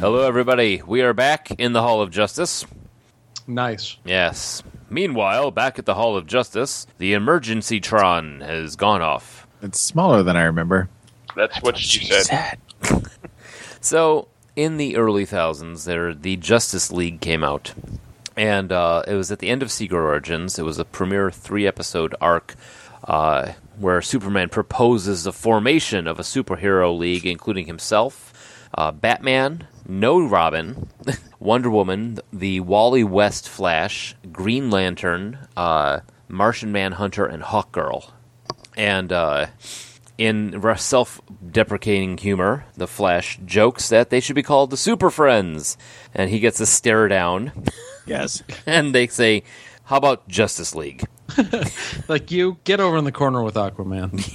Hello, everybody. We are back in the Hall of Justice. Nice. Yes. Meanwhile, back at the Hall of Justice, the emergency Tron has gone off. It's smaller than I remember. That's, what, she, said. So, in the early thousands, there the Justice League came out, and uh, it was at the end of Secret Origins. It was a premiere three episode arc uh, where Superman proposes the formation of a superhero league, including himself, uh, Batman, No Robin, Wonder Woman, the Wally West Flash, Green Lantern, uh, Martian Manhunter, and Hawkgirl. And uh, in re- self-deprecating humor, the Flash jokes that they should be called the Super Friends, and he gets a stare down, Yes. and they say, "How about Justice League?" Like you get over in the corner with Aquaman.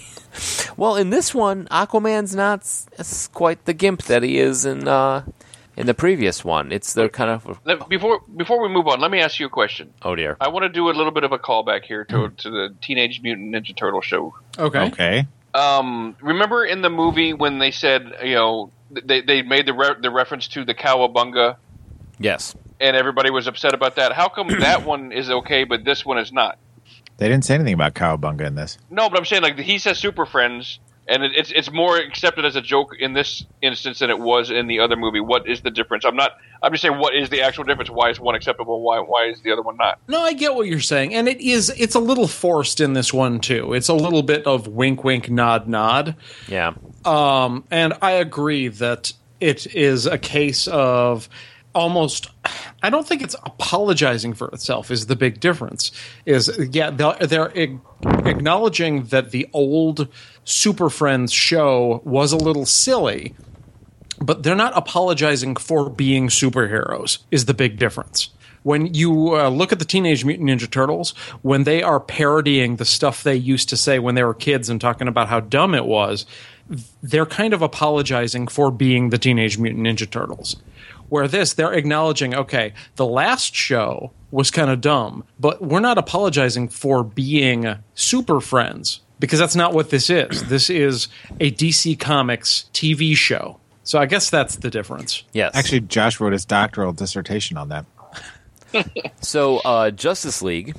Well, in this one, Aquaman's not s- s- quite the gimp that he is in uh, in the previous one. It's they're kind of Let- before before we move on, let me ask you a question. oh dear, I want to do a little bit of a callback here to to the Teenage Mutant Ninja Turtle show. Okay. Okay. Um, remember in the movie when they said you know they they made the re- the reference to the cowabunga yes, and everybody was upset about that. How come that one is okay but this one is not? They didn't say anything about Cowabunga in this. No, but I'm saying like he says Super Friends, and it, it's it's more accepted as a joke in this instance than it was in the other movie. What is the difference? I'm not. I'm just saying what is the actual difference? Why is one acceptable? Why why is the other one not? No, I get what you're saying, and it is it's a little forced in this one too. It's a little bit of wink, wink, nod, nod. yeah, Um, and I agree that it is a case of almost. I don't think it's apologizing for itself is the big difference. Is yeah, they're, they're ag- acknowledging that the old Super Friends show was a little silly, but they're not apologizing for being superheroes is the big difference when you uh, look at the teenage mutant ninja turtles when they are parodying the stuff they used to say when they were kids and talking about how dumb it was they're kind of apologizing for being the teenage mutant ninja turtles where this they're acknowledging okay the last show was kind of dumb but we're not apologizing for being super friends because that's not what this is this is a dc comics tv show so I guess that's the difference. yes. Actually, Josh wrote his doctoral dissertation on that. So uh, Justice League,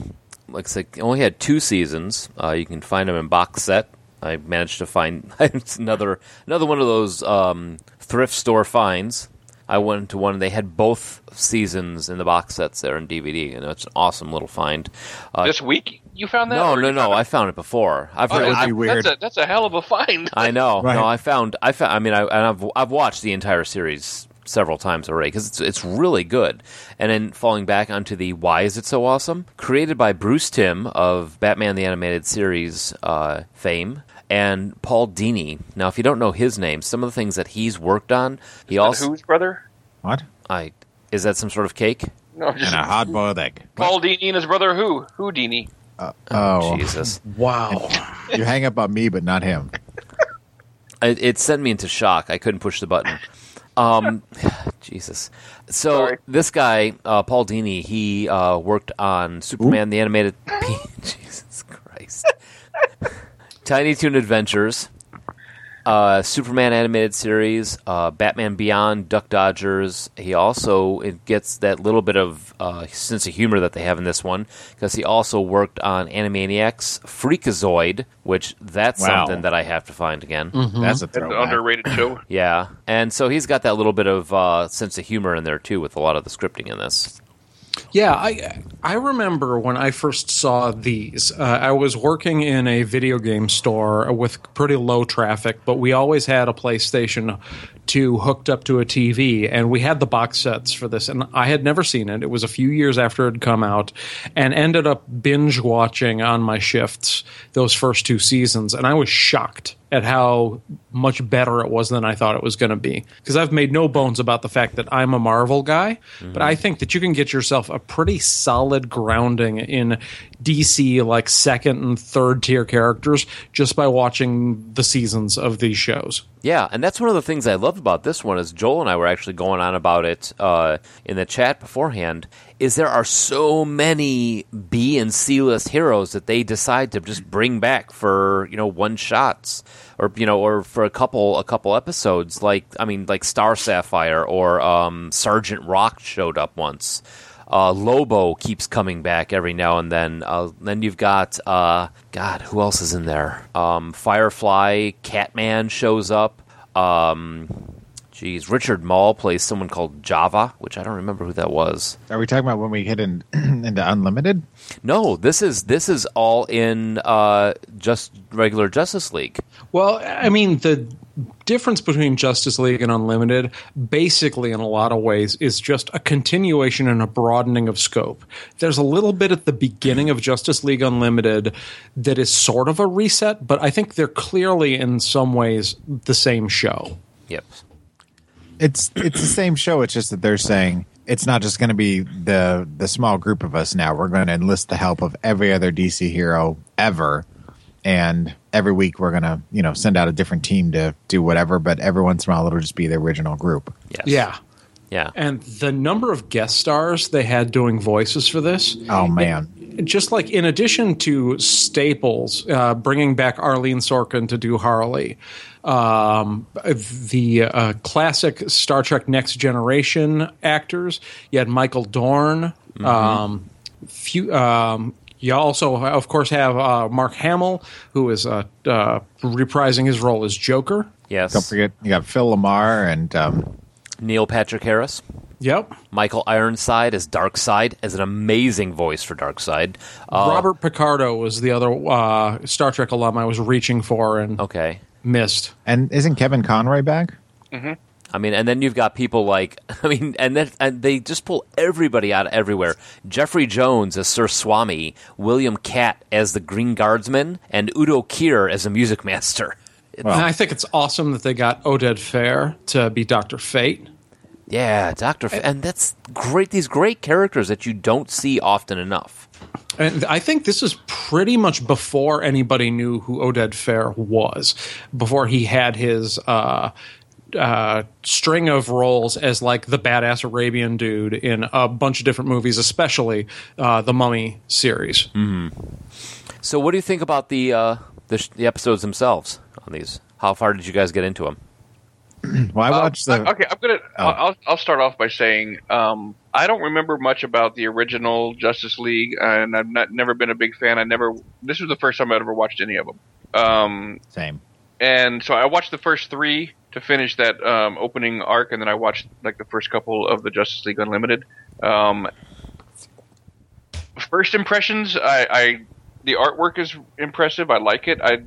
looks like only had two seasons. Uh, you can find them in box set. I managed to find it's another another one of those um, thrift store finds. I went to one. They had both seasons in the box sets there in DVD, and it's an awesome little find. Uh, This week you found that? no, Or no, you no! found I found it before. I've it? heard. would I- be That's weird. a- that's a hell of a find. I know. Right. No, I found. I found. I mean, I and I've I've watched the entire series several times already because it's it's really good. And then falling back onto the why is it so awesome? Created by Bruce Timm of Batman the Animated Series uh, fame and Paul Dini. Now, if you don't know his name, some of the things that he's worked on, he also Who's brother? What? I is that some sort of cake? No, just and a hot boiled egg. Paul Dini and his brother who? Who Dini? Oh, Jesus. Wow. you hang up on me, but not him. It, it sent me into shock. I couldn't push the button. Um, Jesus. So Sorry. this guy, uh, Paul Dini, he uh, worked on Superman the Animated. Jesus Christ. Tiny Toon Adventures, uh, Superman animated series, uh, Batman Beyond, Duck Dodgers. He also it gets that little bit of uh, sense of humor that they have in this one because he also worked on Animaniacs, Freakazoid, which that's Wow. something that I have to find again. That's a That's an throwback. underrated show. Yeah, and so he's got that little bit of uh, sense of humor in there too, with a lot of the scripting in this. Yeah, I I remember when I first saw these. Uh, I was working in a video game store with pretty low traffic, but we always had a PlayStation 2 hooked up to a TV, and we had the box sets for this. And I had never seen it. It was a few years after it had come out, and ended up binge watching on my shifts those first two seasons, and I was shocked at how much better it was than I thought it was going to be. Because I've made no bones about the fact that I'm a Marvel guy, but I think that you can get yourself a pretty solid grounding in DC, like second and third tier characters, just by watching the seasons of these shows. Yeah, and that's one of the things I love about this one is Joel and I were actually going on about it uh, in the chat beforehand. Is there are so many B and C list heroes that they decide to just bring back for you know one shots or you know or for a couple a couple episodes. Like I mean, like Star Sapphire or um, Sergeant Rock showed up once. Uh, Lobo keeps coming back every now and then. Uh, then you've got uh, God, who else is in there? Um, Firefly, Catman shows up. Um, geez, Richard Mall plays someone called Java, which I don't remember who that was. Are we talking about when we hit in, into unlimited? No, this is this is all in uh, just regular Justice League. Well, I mean, the difference between Justice League and Unlimited, basically, in a lot of ways, is just a continuation and a broadening of scope. There's a little bit at the beginning of Justice League Unlimited that is sort of a reset, but I think they're clearly, in some ways, the same show. Yep. It's it's the same show. It's just that they're saying it's not just going to be the the small group of us. Now we're going to enlist the help of every other DC hero ever, and every week we're going to you know send out a different team to do whatever. But every once in a while, it'll just be the original group. Yes. Yeah. Yeah. And the number of guest stars they had doing voices for this, Oh man, just like in addition to Staples uh, bringing back Arlene Sorkin to do Harley, um, the uh, classic Star Trek Next Generation actors, you had Michael Dorn. Um, few, um, you also, of course, have uh, Mark Hamill, who is uh, uh, reprising his role as Joker. Yes. don't forget you got Phil Lamar and um, Neil Patrick Harris. Yep. Michael Ironside as Darkseid, as an amazing voice for Darkseid. Uh, Robert Picardo was the other uh, Star Trek alum I was reaching for and Okay. missed. and isn't Kevin Conroy back? I mean, and then you've got people like, I mean, and, that, and they just pull everybody out of everywhere. Jeffrey Jones as Sir Swami, William Catt as the Green Guardsman, and Udo Kier as a music master. Well- And I think it's awesome that they got Oded Fair to be Doctor Fate. Yeah, Doctor, and that's great. These great characters that you don't see often enough. And I think this is pretty much before anybody knew who Oded Fair was, before he had his uh, uh, string of roles as like the badass Arabian dude in a bunch of different movies, especially uh, the Mummy series. So, what do you think about the uh, the, sh- the episodes themselves on these? How far did you guys get into them? Well, I watched the. uh, Okay, I'm gonna. I'll, I'll- I'll start off by saying um, I don't remember much about the original Justice League, and I've not never been a big fan. I never. This was the first time I ever watched any of them. Um, Same. and so I watched the first three to finish that um, opening arc, and then I watched like the first couple of the Justice League Unlimited. Um, first impressions, I, I the artwork is impressive. I like it. I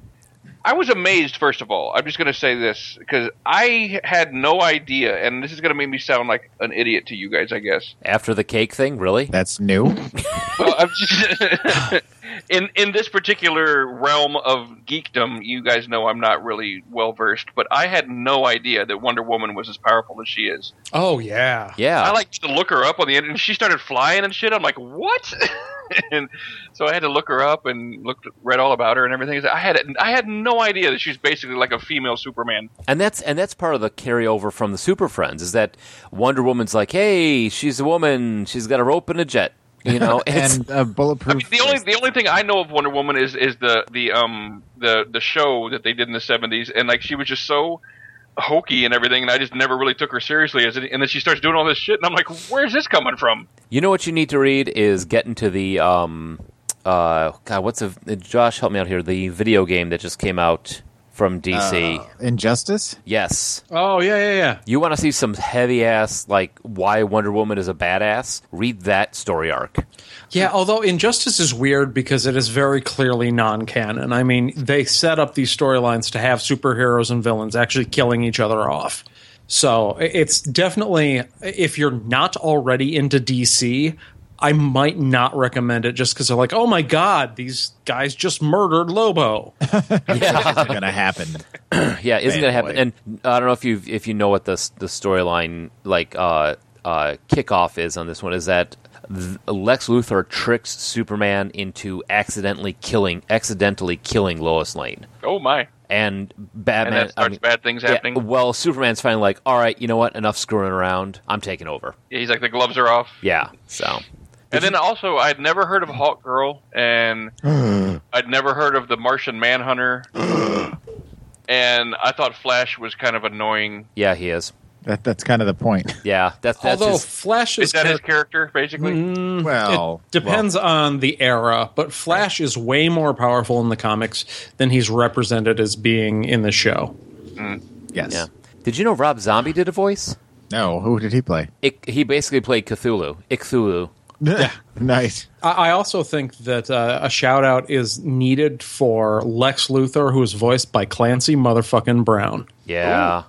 I was amazed. First of all, I'm just gonna say this because I had no idea, and this is gonna make me sound like an idiot to you guys, I guess. After the cake thing, really? That's new. Well, I'm just, in in this particular realm of geekdom, you guys know I'm not really well versed, but I had no idea that Wonder Woman was as powerful as she is. Oh yeah. Yeah. I like to look her up on the internet, and she started flying and shit. I'm like, what? and so I had to look her up and looked read all about her and everything. I had I had no idea that she's basically like a female Superman. And that's and that's part of the carryover from the Super Friends is that Wonder Woman's like, hey, she's a woman, she's got a rope and a jet, you know. It's, and a bulletproof. I mean, the only the only thing I know of Wonder Woman is is the the um the the show that they did in the seventies, and like she was just so hokey and everything, and I just never really took her seriously. As it, and then she starts doing all this shit, and I'm like, where's this coming from? you know what you need to read is get into the um uh God, what's a Josh help me out here the video game that just came out from DC. Oh. injustice. yes, Oh yeah yeah yeah. you want to see some heavy ass like why Wonder Woman is a badass? Read that story arc. Yeah, although Injustice is weird because it is very clearly non canon. I mean, they set up these storylines to have superheroes and villains actually killing each other off. So i- it's definitely, if you're not already into DC, I might not recommend it just because they're like, oh my God, these guys just murdered Lobo. It's going to happen. Yeah, Man, isn't going to happen. boy. And I don't know if you if you know what the s- the storyline like uh, uh, kickoff is on this one is that th- Lex Luthor tricks Superman into accidentally killing accidentally killing Lois Lane. Oh my! And And Batman that starts I mean- bad things Yeah, happening. Yeah, well, Superman's finally like, all right, you know what? Enough screwing around. I'm taking over. he's like the gloves are off. Yeah. So And then also, I'd never heard of Hawk Girl, and I'd never heard of the Martian Manhunter. and I thought Flash was kind of annoying. yeah, he is. That, that's kind of the point. Yeah. That's that's although just, Flash Is is. that his Character- character, basically? Mm, Oh, Well, Depends on the era, but Flash is way more powerful in the comics than he's represented as being in the show. well, yes. yeah. Did you know Rob Zombie did a voice? No. Who did he play? Ik he basically played Cthulhu. Cthulhu. nice. I I also think that uh, a shout out is needed for Lex Luthor, who is voiced by Clancy motherfucking Brown. Yeah.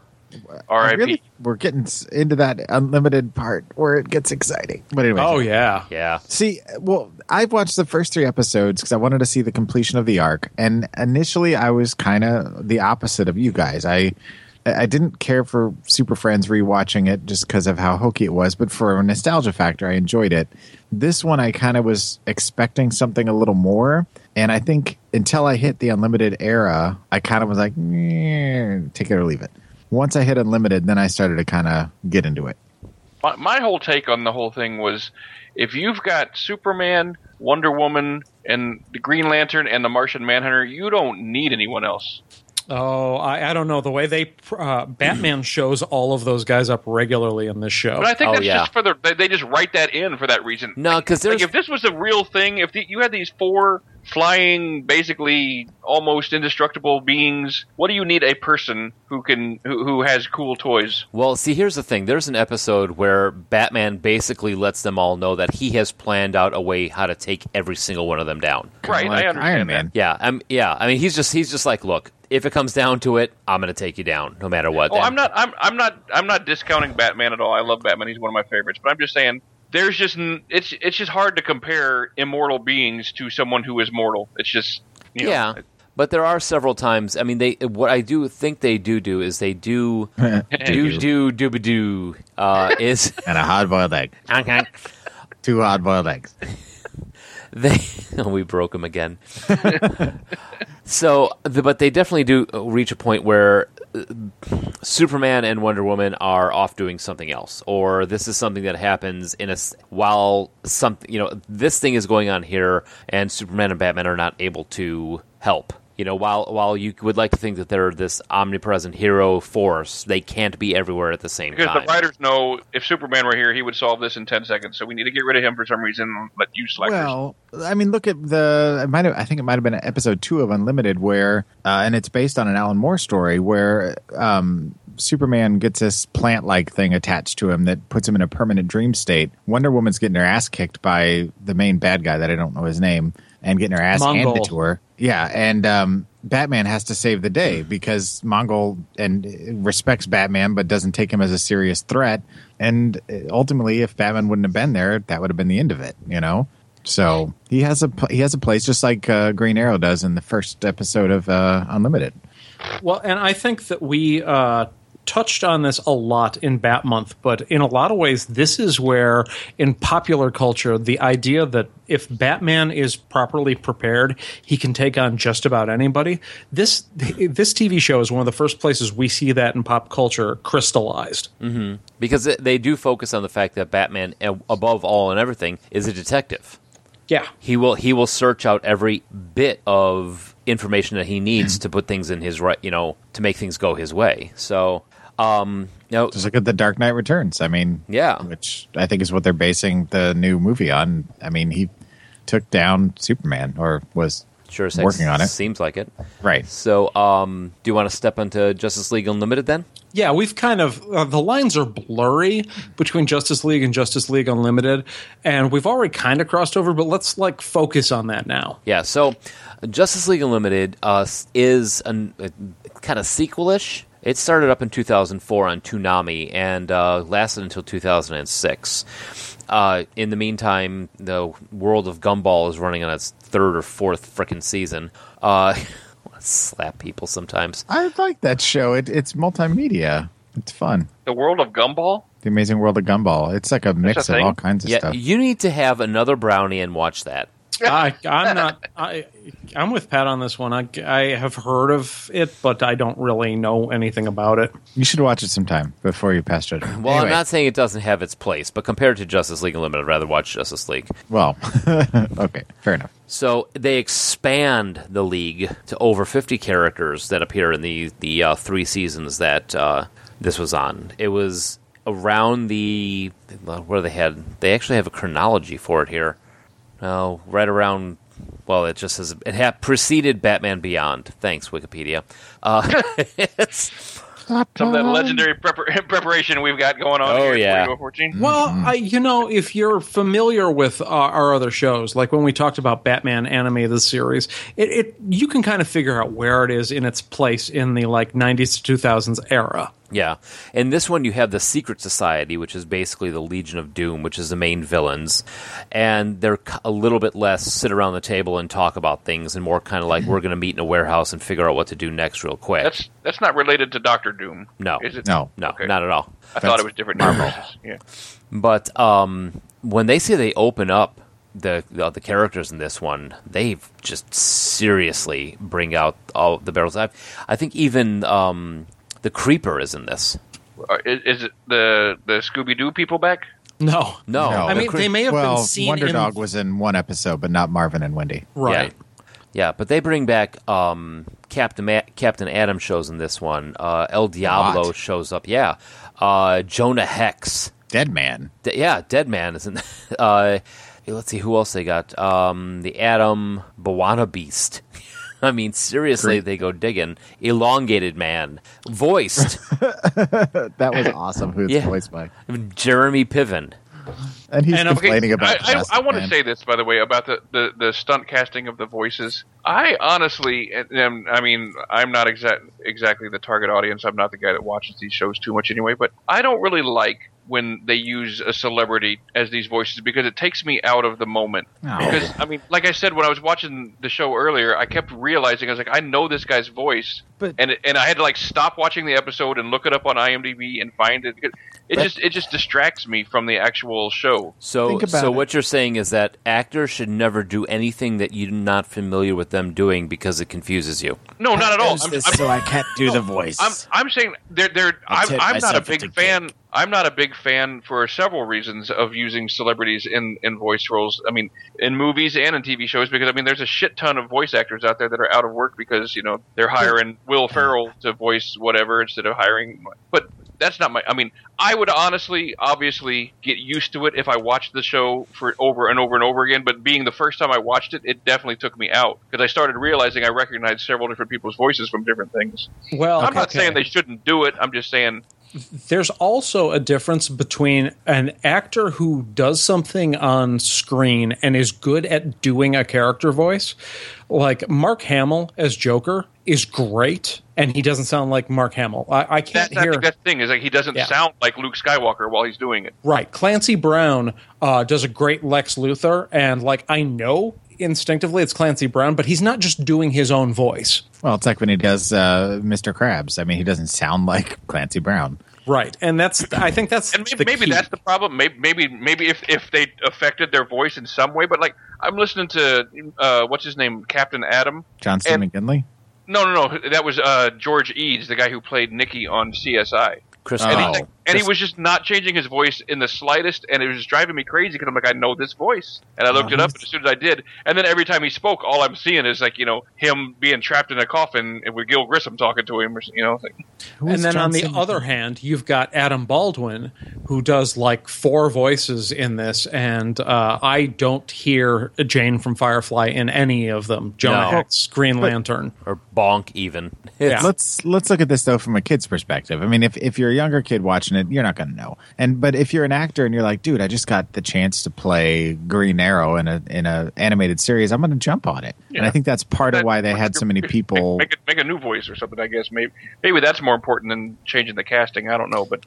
R.I.P. Really, we're getting s- into that unlimited part where it gets exciting. But anyway. Oh yeah, Yeah. See, well, I've watched the first three episodes because I wanted to see the completion of the arc, and initially I was kind of the opposite of you guys. I I didn't care for Super Friends rewatching it just because of how hokey it was, but for a nostalgia factor, I enjoyed it. This one, I kind of was expecting something a little more, and I think until I hit the Unlimited era, I kind of was like, "Meh, take it or leave it. Once I hit Unlimited, then I started to kind of get into it. My, my whole take on the whole thing was if you've got Superman, Wonder Woman, and the Green Lantern and the Martian Manhunter, you don't need anyone else. Oh, I, I don't know the way they uh, Batman shows all of those guys up regularly in this show. But I think Oh, that's yeah. just for the they, they just write that in for that reason. No, because Like there's if this was a real thing, if the, you had these four flying, basically almost indestructible beings, what do you need a person who can who, who has cool toys? Well, see, here's the thing. There's an episode where Batman basically lets them all know that he has planned out a way how to take every single one of them down. Kinda Right, I like understand Iron Man. Yeah, I'm, yeah. I mean, he's just he's just like, look, if it comes down to it, I'm going to take you down, no matter what. Oh, And- I'm not. I'm. I'm not. I'm not discounting Batman at all. I love Batman. He's one of my favorites. But I'm just saying, there's just. n- It's. It's just hard to compare immortal beings to someone who is mortal. It's just. You know, yeah, but there are several times. I mean, they what I do think they do do is they do do do do do uh, is And a hard boiled egg, two hard boiled eggs. they we broke them again. so, the, but they definitely do reach a point where uh, Superman and Wonder Woman are off doing something else, or this is something that happens in a s- while something you know this thing is going on here, and Superman and Batman are not able to help. You know, while while you would like to think that they're this omnipresent hero force, they can't be everywhere at the same Because time. the writers know if Superman were here, he would solve this in ten seconds. So we need to get rid of him for some reason. and Let you slackers. Well, I mean, look at the. It might have, I think it might have been episode two of Unlimited, where uh, and it's based on an Alan Moore story where um, Superman gets this plant-like thing attached to him that puts him in a permanent dream state. Wonder Woman's getting her ass kicked by the main bad guy that I don't know his name, and getting her ass Mongol. handed to her. Yeah, and um, Batman has to save the day because Mongol and uh, respects Batman, but doesn't take him as a serious threat. And uh, ultimately, if Batman wouldn't have been there, that would have been the end of it. You know. So he has a pl- he has a place just like uh, Green Arrow does in the first episode of uh, Unlimited. Well, and I think that we uh, touched on this a lot in Bat Month, but in a lot of ways, this is where in popular culture, the idea that if Batman is properly prepared, he can take on just about anybody. This this TV show is one of the first places we see that in pop culture crystallized. because it, they do focus on the fact that Batman, a- above all and everything, is a detective. Yeah. He will he will search out every bit of information that he needs to put things in his right, you know, to make things go his way. So, um, you know, Just look at the Dark Knight Returns. I mean, Yeah. which I think is what they're basing the new movie on. I mean, he took down Superman or was sure, as heck working on it. Seems like it. Right. So, um, do you want to step into Justice League Unlimited then? Yeah, we've kind of uh, the lines are blurry between Justice League and Justice League Unlimited, and we've already kind of crossed over, but let's like focus on that now. Yeah. So, Justice League Unlimited uh, s- is an, uh, kind of sequelish. It started up in 2004 on Toonami and uh, lasted until 2006. Uh, in the meantime, the world of Gumball is running on its third or fourth frickin' season. Uh, I wanna slap people sometimes. I like that show. It, it's multimedia. It's fun. The world of Gumball? The Amazing World of Gumball. It's like a mix of thing? all kinds of Yeah, stuff. you need to have another brownie and watch that. I, I'm not. I, I'm with Pat on this one. I, I have heard of it, but I don't really know anything about it. You should watch it sometime before you pass judgment. Well, Anyway, I'm not saying it doesn't have its place, but compared to Justice League Unlimited, I'd rather watch Justice League. Well, okay, fair enough. So they expand the league to over 50 characters that appear in the the uh, three seasons that uh, this was on. It was around the where they had they actually have a chronology for it here. No, right around. Well, it just says it ha- preceded Batman Beyond. Thanks, Wikipedia. Uh, it's, Some of that legendary prepar- preparation we've got going on Oh, here. yeah. 14. Well, Mm-hmm. I, you know, if you're familiar with uh, our other shows, like when we talked about Batman anime, the series, it, it you can kind of figure out where it is in its place in the like 90s to 2000s era. Yeah. In this one, you have the Secret Society, which is basically the Legion of Doom, which is the main villains. And they're c- a little bit less sit around the table and talk about things and more kind of like we're going to meet in a warehouse and figure out what to do next real quick. That's that's not related to Doctor Doom. No. Is it? No. no, okay. not at all. I thought it was different Marvel. yeah. But um, when they say they open up the the, the characters in this one, they just seriously bring out all the barrels. I, I think even um, the Creeper is in this. Uh, Is, is it the the Scooby Doo people back? No, No, No. I mean they may have well, been seen Wonder in Dog was in one episode, but not Marvin and Wendy. right. Yeah. Yeah, but they bring back um, Captain Ma- Captain Adam shows in this one. Uh, El Diablo Lot. shows up. Yeah, uh, Jonah Hex. Dead Man. De- yeah, Dead Man is in. Uh, let's see who else they got. Um, the Adam Bawana Beast. I mean, seriously, they go digging. Elongated Man, voiced That was awesome. Who it's Yeah. voiced by? Jeremy Piven. And he's And, okay, complaining about. I, I, Jurassic I want to Man. say this, by the way, about the, the, the stunt casting of the voices. I honestly, am, I mean, I'm not exact, exactly the target audience. I'm not the guy that watches these shows too much anyway, but I don't really like when they use a celebrity as these voices because it takes me out of the moment. Because, I mean, like I said, when I was watching the show earlier, I kept realizing, I was like, I know this guy's voice. But- and, it- and I had to like stop watching the episode and look it up on IMDb and find it. It just it just distracts me from the actual show. So, Think about so it. what you're saying is that actors should never do anything that you're not familiar with them doing because it confuses you. No, not at all. I'm, I'm, I can't do the voice. I'm, I'm saying they're, they're, I I'm, turned I'm not a myself big into fan. I'm not a big fan for several reasons of using celebrities in, in voice roles. I mean, in movies and in TV shows, because I mean, there's a shit ton of voice actors out there that are out of work because you know they're hiring Will Ferrell to voice whatever instead of hiring. But that's not my. I mean, I would honestly, obviously, get used to it if I watched the show for over and over and over again. But being the first time I watched it, it definitely took me out because I started realizing I recognized several different people's voices from different things. Well, I'm not saying they shouldn't do it. I'm just saying there's also a difference between an actor who does something on screen and is good at doing a character voice. Like Mark Hamill as Joker is great, and he doesn't sound like Mark Hamill. I, I can't That's I hear. think that's the thing is like he doesn't Yeah. sound like Luke Skywalker while he's doing it. Right. Clancy Brown uh, does a great Lex Luthor, and like I know instinctively it's Clancy Brown, but he's not just doing his own voice. Well, it's like when he does uh, Mr. Krabs. I mean, he doesn't sound like Clancy Brown. Right. And that's I think that's And maybe, the maybe key. that's the problem. Maybe maybe maybe if if they affected their voice in some way, but like I'm listening to uh, what's his name, Captain Adam. Johnston And- McGinley. No, no, no. That was uh, George Eads, the guy who played Nikki on CSI. Chris And, Oh. he's like, and he was just not changing his voice in the slightest, and it was just driving me crazy because I'm like, I know this voice, and I looked it Uh-huh. up and as soon as I did, and then every time he spoke, all I'm seeing is like you know him being trapped in a coffin and with Gil Grissom talking to him, or s- you know, it's like, Who and is then on the Johnston other McGinley? hand, you've got Adam Baldwin, who does like four voices in this, and uh, I don't hear Jane from Firefly in any of them. Jonah No. Oh, Hex, Green Lantern. or Bonk even. It's- Let's let's look at this though from a kid's perspective. I mean, if, if you're a younger kid watching it, you're not going to know. And but if you're an actor and you're like, dude, I just got the chance to play Green Arrow in a in a animated series, I'm going to jump on it. And I think that's part of why they had so many people. make, make, a, make a new voice or something. I guess maybe maybe that's more important than changing the casting. I don't know, but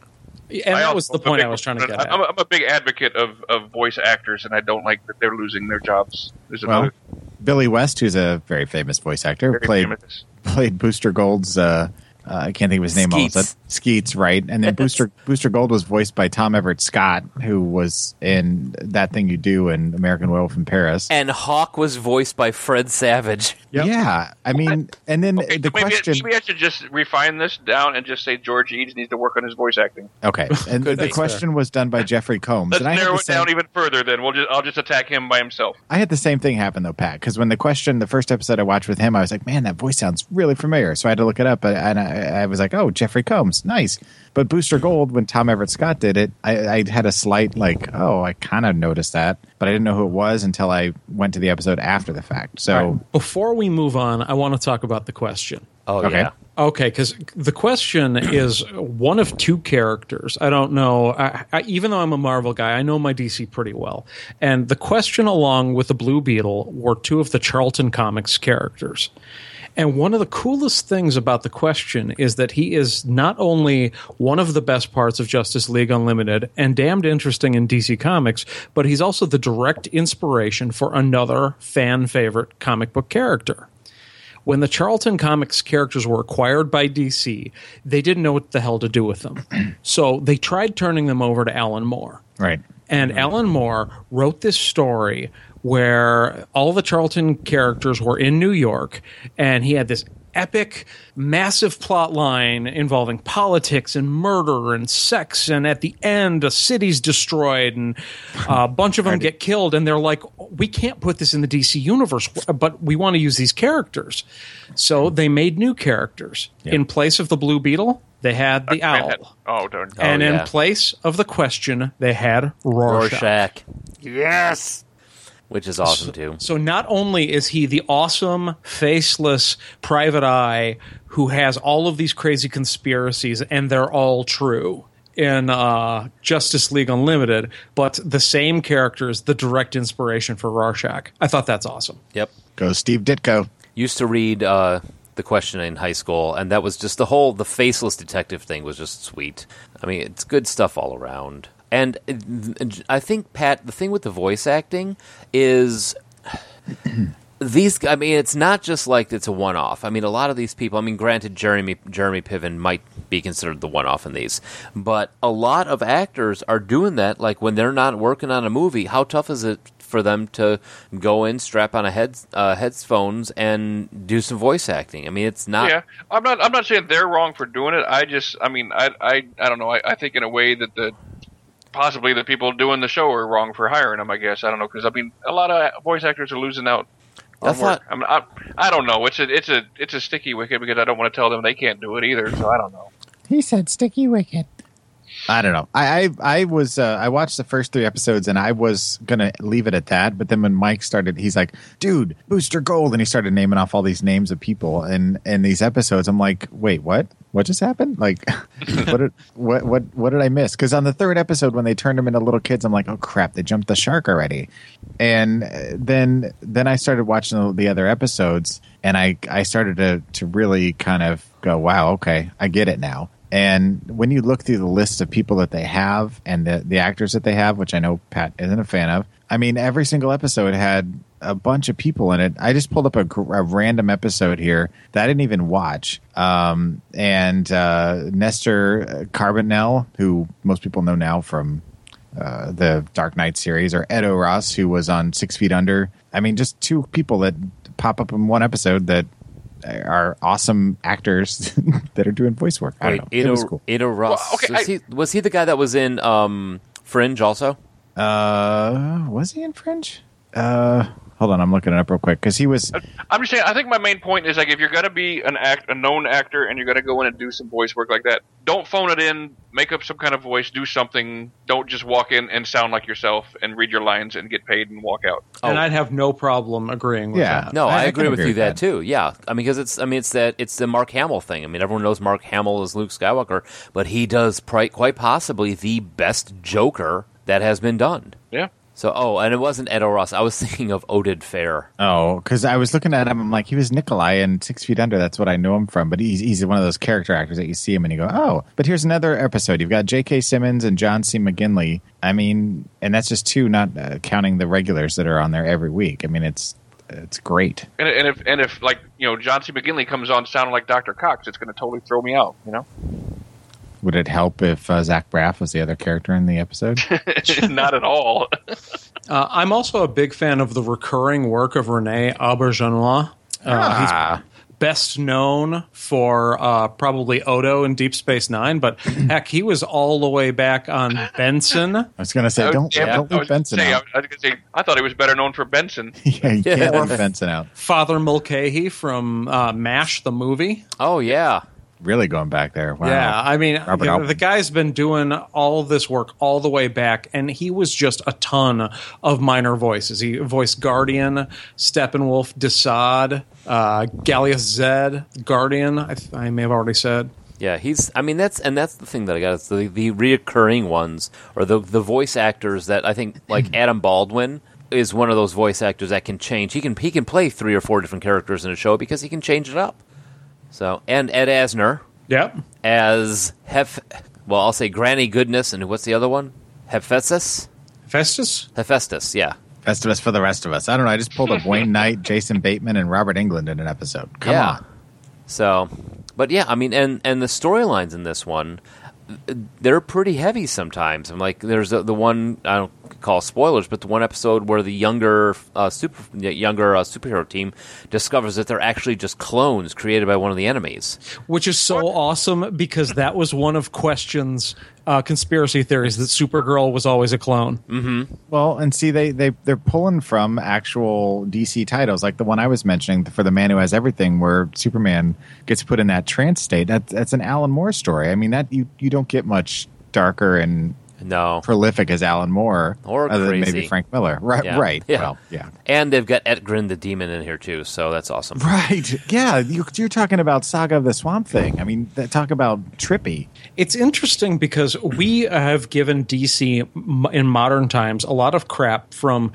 And I that also- was the I'm a point big- I was trying to get I'm, at. a- I'm a big advocate of, of voice actors, and I don't like that they're losing their jobs. There's Well, another Billy West, who's a very famous voice actor, very played famous- played Booster Gold's. Uh, uh, I can't think of his name. All of a Skeets. sudden. Skeets, right? And then Booster Booster Gold was voiced by Tom Everett Scott, who was in that thing you do in American Werewolf in Paris. and Hawk was voiced by Fred Savage. Yeah, I mean, and then Okay, the so maybe, question. maybe I should just refine this down and just say George Eads needs to work on his voice acting. okay, and the be. question was done by Jeffrey Combs, Let's and I had, narrow the it down same, even further. Then we'll just I'll just attack him by himself. I had the same thing happen though, Pat. Because when the question, the first episode I watched with him, I was like, "Man, that voice sounds really familiar." So I had to look it up, and I, I was like, "Oh, Jeffrey Combs, nice." But Booster Gold, when Tom Everett Scott did it, I, I had a slight like, "Oh, I kind of noticed that," but I didn't know who it was until I went to the episode after the fact. So Before we move on, I want to talk about the question. Oh Okay. yeah. Okay, because the question is one of two characters. I don't know. I, I, even though I'm a Marvel guy, I know my DC pretty well. And the question, along with the Blue Beetle, were two of the Charlton Comics characters. And one of the coolest things about the question is that he is not only one of the best parts of Justice League Unlimited and damned interesting in DC Comics, but he's also the direct inspiration for another fan favorite comic book character when the Charlton Comics characters were acquired by DC, they didn't know what the hell to do with them. so they tried turning them over to Alan Moore. right, And Alan Moore wrote this story where all the Charlton characters were in New York, and he had this epic, massive plot line involving politics and murder and sex. And at the end, a city's destroyed, and a bunch of them get killed. And they're like, we can't put this in the DC universe, but we want to use these characters. So they made new characters. In place of the Blue Beetle, they had the Man, Owl. oh darn! And yeah. in place of the question, they had Rorschach. Rorschach. Yes. Which is awesome too. So not only is he the awesome, faceless private eye who has all of these crazy conspiracies, and they're all true in uh, Justice League Unlimited, but the same character is the direct inspiration for Rorschach. I thought that's awesome. Yep. go Steve Ditko. used to read uh, the question in high school, and that was just the whole the faceless detective thing was just sweet. I mean, it's good stuff all around. And uh, I think Pat, the thing with the voice acting is these i mean it's not just like it's a one-off i mean a lot of these people i mean granted jeremy jeremy piven might be considered the one-off in these but a lot of actors are doing that like when they're not working on a movie how tough is it for them to go in strap on a head uh, headphones and do some voice acting i mean it's not Yeah, I'm not. I'm not saying they're wrong for doing it. I just, I mean, I, I, I don't know. I, I think in a way that the possibly the people doing the show are wrong for hiring them. I guess I don't know because I mean, a lot of voice actors are losing out. on That's not- work. I, mean, I, I don't know. It's a, it's a, it's a sticky wicket because I don't want to tell them they can't do it either. So I don't know. He said, "Sticky wicket." I don't know. I I, I was uh, I watched the first three episodes and I was gonna leave it at that. But then when Mike started, he's like, "Dude, Booster Gold," and he started naming off all these names of people and and these episodes. I'm like, "Wait, what? What just happened? Like, what did what what what did I miss?" Because on the third episode when they turned them into little kids, I'm like, "Oh crap, they jumped the shark already." And uh, then then I started watching the, the other episodes and I I started to to really kind of go, "Wow, okay, I get it now." And when you look through the list of people that they have and the, the actors that they have, which I know Pat isn't a fan of, I mean, every single episode had a bunch of people in it. I just pulled up a, gr- a random episode here that I didn't even watch. Um, and uh, Nestor Carbonell, who most people know now from uh, the Dark Knight series, or Edo Ross, who was on Six Feet Under. I mean, just two people that pop up in one episode that are awesome actors that are doing voice work. I don't Wait, know. It Ito, was cool. Ito Ross. Well, okay, was, I- he, was he the guy that was in um, Fringe also? Uh, was he in Fringe? Uh, hold on, I'm looking it up real quick because he was. I'm just saying. I think my main point is like if you're gonna be an act, a known actor, and you're gonna go in and do some voice work like that, don't phone it in. Make up some kind of voice. Do something. Don't just walk in and sound like yourself and read your lines and get paid and walk out. And I'd have no problem agreeing with Yeah. that. No, I, I- I agree can with agree you with that that. too. Yeah, I mean because it's I mean it's that it's the Mark Hamill thing. I mean everyone knows Mark Hamill is Luke Skywalker, but he does pri- quite possibly the best Joker that has been done. Yeah. So oh, and it wasn't Edo Ross. I was thinking of Oded Fair. Oh, because I was looking at him. I'm like, he was Nikolai in Six Feet Under. That's what I know him from. But he's he's one of those character actors that you see him and you go, oh. But here's another episode. You've got J.K. Simmons and John C. McGinley. I mean, and that's just two, not uh, counting the regulars that are on there every week. I mean, it's it's great. And, and if and if like you know John C. McGinley comes on sounding like Dr. Cox, it's gonna totally throw me out. You know, Would it help if uh, Zach Braff was the other character in the episode? not at all. Uh, I'm also a big fan of the recurring work of Rene Auberjonois. Uh, Ah. He's best known for uh, probably Odo in Deep Space Nine, but heck, he was all the way back on Benson. I was gonna say, don't, Damn it. don't I leave was gonna Benson say- I out. was gonna say, I thought he was better known for Benson. yeah, you Yeah. can't leave Benson out. Father Mulcahy from uh, MASH, the movie. Oh yeah, Really going back there. Wow. Yeah, I mean, Robert you know, Altman. the guy's been doing all of this work all the way back, and he was just a ton of minor voices. He voiced Guardian, Steppenwolf, Desaad, uh, Gallius Zed, Guardian. I, th- I may have already said. yeah. He's I mean that's and that's the thing that I got. It's the the reoccurring ones or the the voice actors that I think like Adam Baldwin is one of those voice actors that can change. He can he can play three or four different characters in a show because he can change it up. So and Ed Asner Yep. as Hef. Well, I'll say Granny Goodness, and what's the other one? Hephaestus. Festus? Hephaestus. Yeah. Festivus for the rest of us. I don't know. I just pulled up Wayne Knight, Jason Bateman, and Robert England in an episode. Come yeah. on. So, but yeah, I mean, and and the storylines in this one, they're pretty heavy sometimes. I'm like, there's the the one I don't call spoilers, but the one episode where the younger uh, super younger uh, superhero team discovers that they're actually just clones created by one of the enemies. Which is so awesome because that was one of questions, uh, conspiracy theories that Supergirl was always a clone. Well, and see, they they they're pulling from actual DC titles, like the one I was mentioning for the Man Who Has Everything, where Superman gets put in that trance state. That's that's an Alan Moore story. I mean, that you you don't get much darker and No. prolific as Alan Moore, Or other than crazy. maybe Frank Miller. Right, Yeah. right. Yeah. Well, yeah. And they've got Etgrin the demon in here too, so that's awesome. Right. Yeah. You, you're talking about Saga of the Swamp Thing. I mean, that, talk about trippy. It's interesting because we have given DC m- in modern times a lot of crap from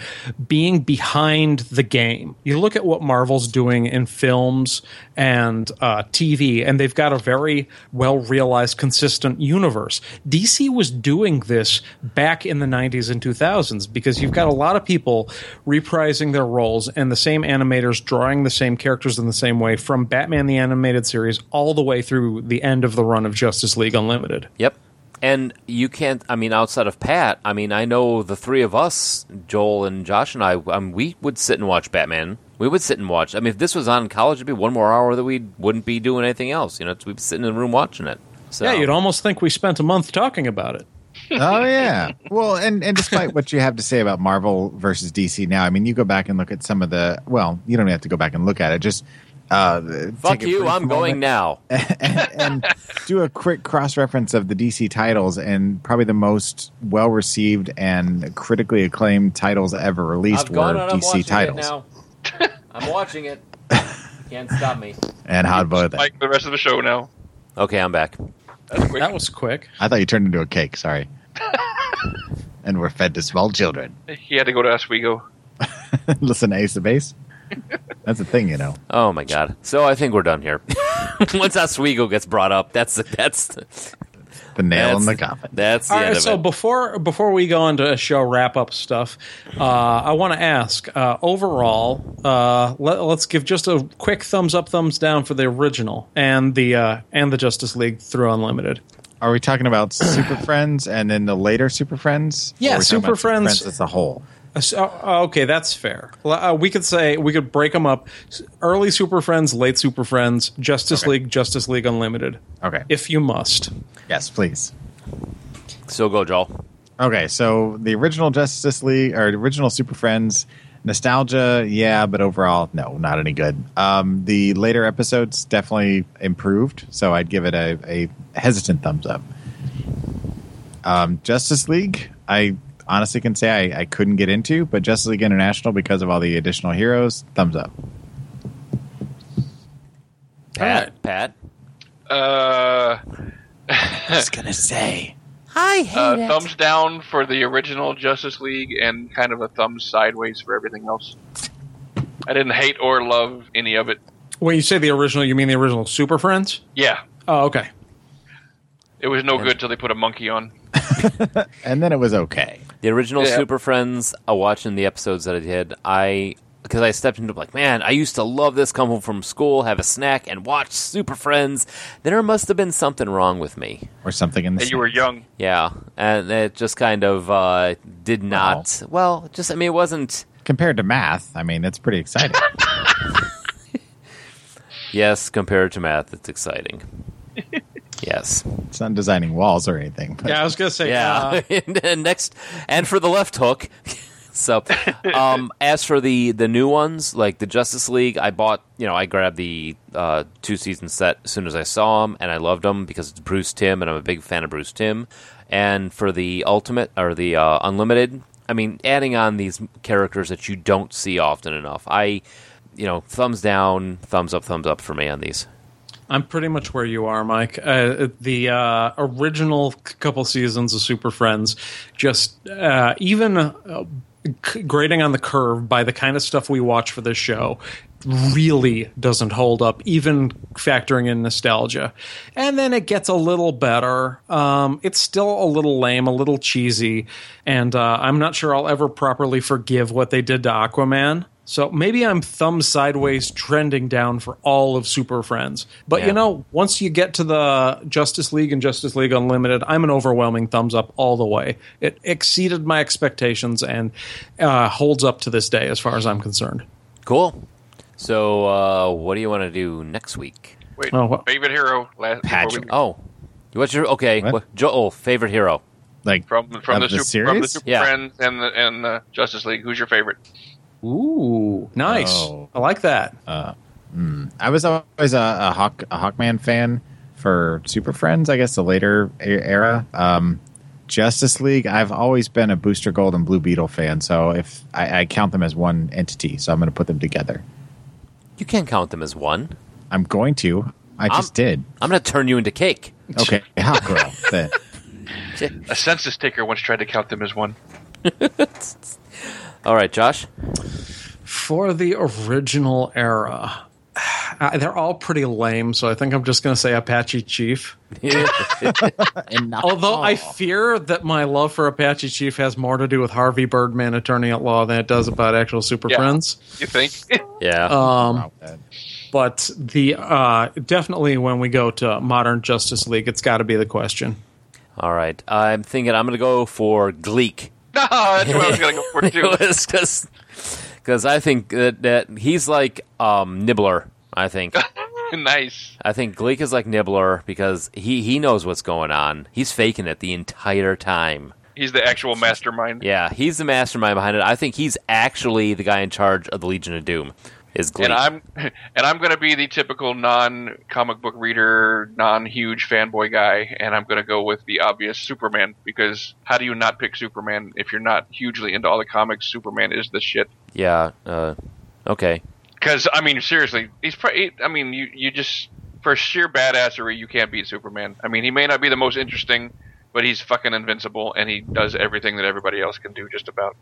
being behind the game. You look at what Marvel's doing in films and uh, TV, and they've got a very well realized, consistent universe. DC was doing this back in the 90s and 2000s because you've got a lot of people reprising their roles and the same animators drawing the same characters in the same way from Batman the Animated Series all the way through the end of the run of Justice League Unlimited. Yep. And you can't. I mean, outside of Pat, I mean, I know the three of us, Joel and Josh and I. Um, we would sit and watch Batman. We would sit and watch. I mean, if this was on in college, it'd be one more hour that we wouldn't be doing anything else. You know, we'd be sitting in the room watching it. So Yeah, you'd almost think we spent a month talking about it. oh yeah. Well, and and despite what you have to say about Marvel versus DC now, I mean, you go back and look at some of the. Well, you don't have to go back and look at it. Just Uh, Fuck take a you, brief I'm going moment now. and, and do a quick cross reference of the DC titles and probably the most well received and critically acclaimed titles ever released I've gone were and I'm DC watching it titles. now. I'm watching it. Can't stop me. And how about that? Like the rest of the show now. Okay, I'm back. That's quick. That was quick. I thought you turned into a cake. Sorry. and we're fed to small children. He had to go to Oswego. Listen, to Ace of Base. That's a thing, you know. Oh my god. So I think we're done here. Once Oswego gets brought up, that's that's that's The nail in the coffin. That's the All end right. of So it. before before we go into show wrap up stuff, uh, I want to ask uh, overall. Uh, let, us give just a quick thumbs up, thumbs down for the original and the uh, and the Justice League through Unlimited. Are we talking about Super Friends and then the later Super Friends? Or Yeah, are we talking Super about Friends- as a whole. Uh, So, uh, okay, that's fair. L- Uh, we could say we could break them up: S- early Super Friends, late Super Friends, Justice League, Justice League Unlimited, Okay. if you must. yes, please. So go, Joel. Okay, so the original Justice League or the original Super Friends, nostalgia, yeah, but overall, no, not any good. Um, the later episodes definitely improved, so I'd give it a, a hesitant thumbs up. Um, Justice League, I honestly can say I, I couldn't get into, but Justice League International, because of all the additional heroes, thumbs up. Pat. Pat. Uh, I was gonna say. I hate uh, thumbs down for the original Justice League and kind of a thumbs sideways for everything else. I didn't hate or love any of it. When you say the original, you mean the original Super Friends? Yeah, Oh, okay. it was no good till they put a monkey on. And then it was okay. The original Yeah. Super Friends, uh, watching the episodes that I did, I because I stepped into it like, man, I used to love this. Come home from school, have a snack, and watch Super Friends. There must have been something wrong with me. Or something in the And you were young. Yeah, and it just kind of uh, did not. Well, just I mean, it wasn't. compared to math, I mean it's pretty exciting. Yes, compared to math, it's exciting. yes. it's not designing walls or anything. But Yeah, I was gonna say. uh, Yeah. and, and next, and for the left hook. so, um, as for the the new ones, like the Justice League, I bought. You know, I grabbed the uh, two season set as soon as I saw them, and I loved them because it's Bruce Tim, and I'm a big fan of Bruce Tim. And for the Ultimate or the uh, Unlimited, I mean, adding on these characters that you don't see often enough, I. You know, thumbs down, thumbs up, thumbs up for me on these. I'm pretty much where you are, Mike. Uh, the uh, original c- couple seasons of Super Friends, just uh, even uh, c- grading on the curve by the kind of stuff we watch for this show, really doesn't hold up, even factoring in nostalgia. And then it gets a little better. Um, it's still a little lame, a little cheesy, and uh, I'm not sure I'll ever properly forgive what they did to Aquaman. So maybe I'm thumb sideways trending down for all of Super Friends. But Yeah. you know, once you get to the Justice League and Justice League Unlimited, I'm an overwhelming thumbs up all the way. It exceeded my expectations and uh, holds up to this day as far as I'm concerned. Cool. So, uh, what do you want to do next week? Wait, Oh, what- favorite hero last before Patrick. we- Oh, what's your okay? What? What? Joel, favorite hero? like from from of the, the super, series? from the Super Yeah. Friends and the and the Justice League. Who's your favorite? Ooh, nice. Oh. I like that. I was always a, a Hawk a Hawkman fan for Super Friends. I guess the later e- era. Um, Justice League. I've always been a Booster Gold and Blue Beetle fan, so if I, I count them as one entity, so I'm going to put them together. You can't count them as one. I'm going to. I just did. I'm going to turn you into cake. Okay, Hawk Girl. The- A census taker once tried to count them as one. All right, Josh. For the original era, I, they're all pretty lame, so I think I'm just going to say Apache Chief. Although I fear that my love for Apache Chief has more to do with Harvey Birdman, attorney at law, than it does about actual Super Yeah. Friends. You think? yeah. Uh, Wow, that- But the uh, definitely when we go to modern Justice League, it's got to be the question. All right. I'm thinking I'm going to go for Gleek. no, that's what I was gonna go for too. Because I think that, that he's like um, Nibbler. I think nice. I think Gleek is like Nibbler because he he knows what's going on. He's faking it the entire time. He's the actual mastermind. Yeah, he's the mastermind behind it. I think he's actually the guy in charge of the Legion of Doom. is Glee. and I'm and I'm gonna be the typical non comic book reader, non huge fanboy guy, and I'm gonna go with the obvious Superman because how do you not pick Superman if you're not hugely into all the comics? Superman is the shit. yeah. Uh, okay. Because I mean, seriously, he's. Pr- he- I mean, you you just for sheer badassery, you can't beat Superman. I mean, he may not be the most interesting, but he's fucking invincible, and he does everything that everybody else can do just about.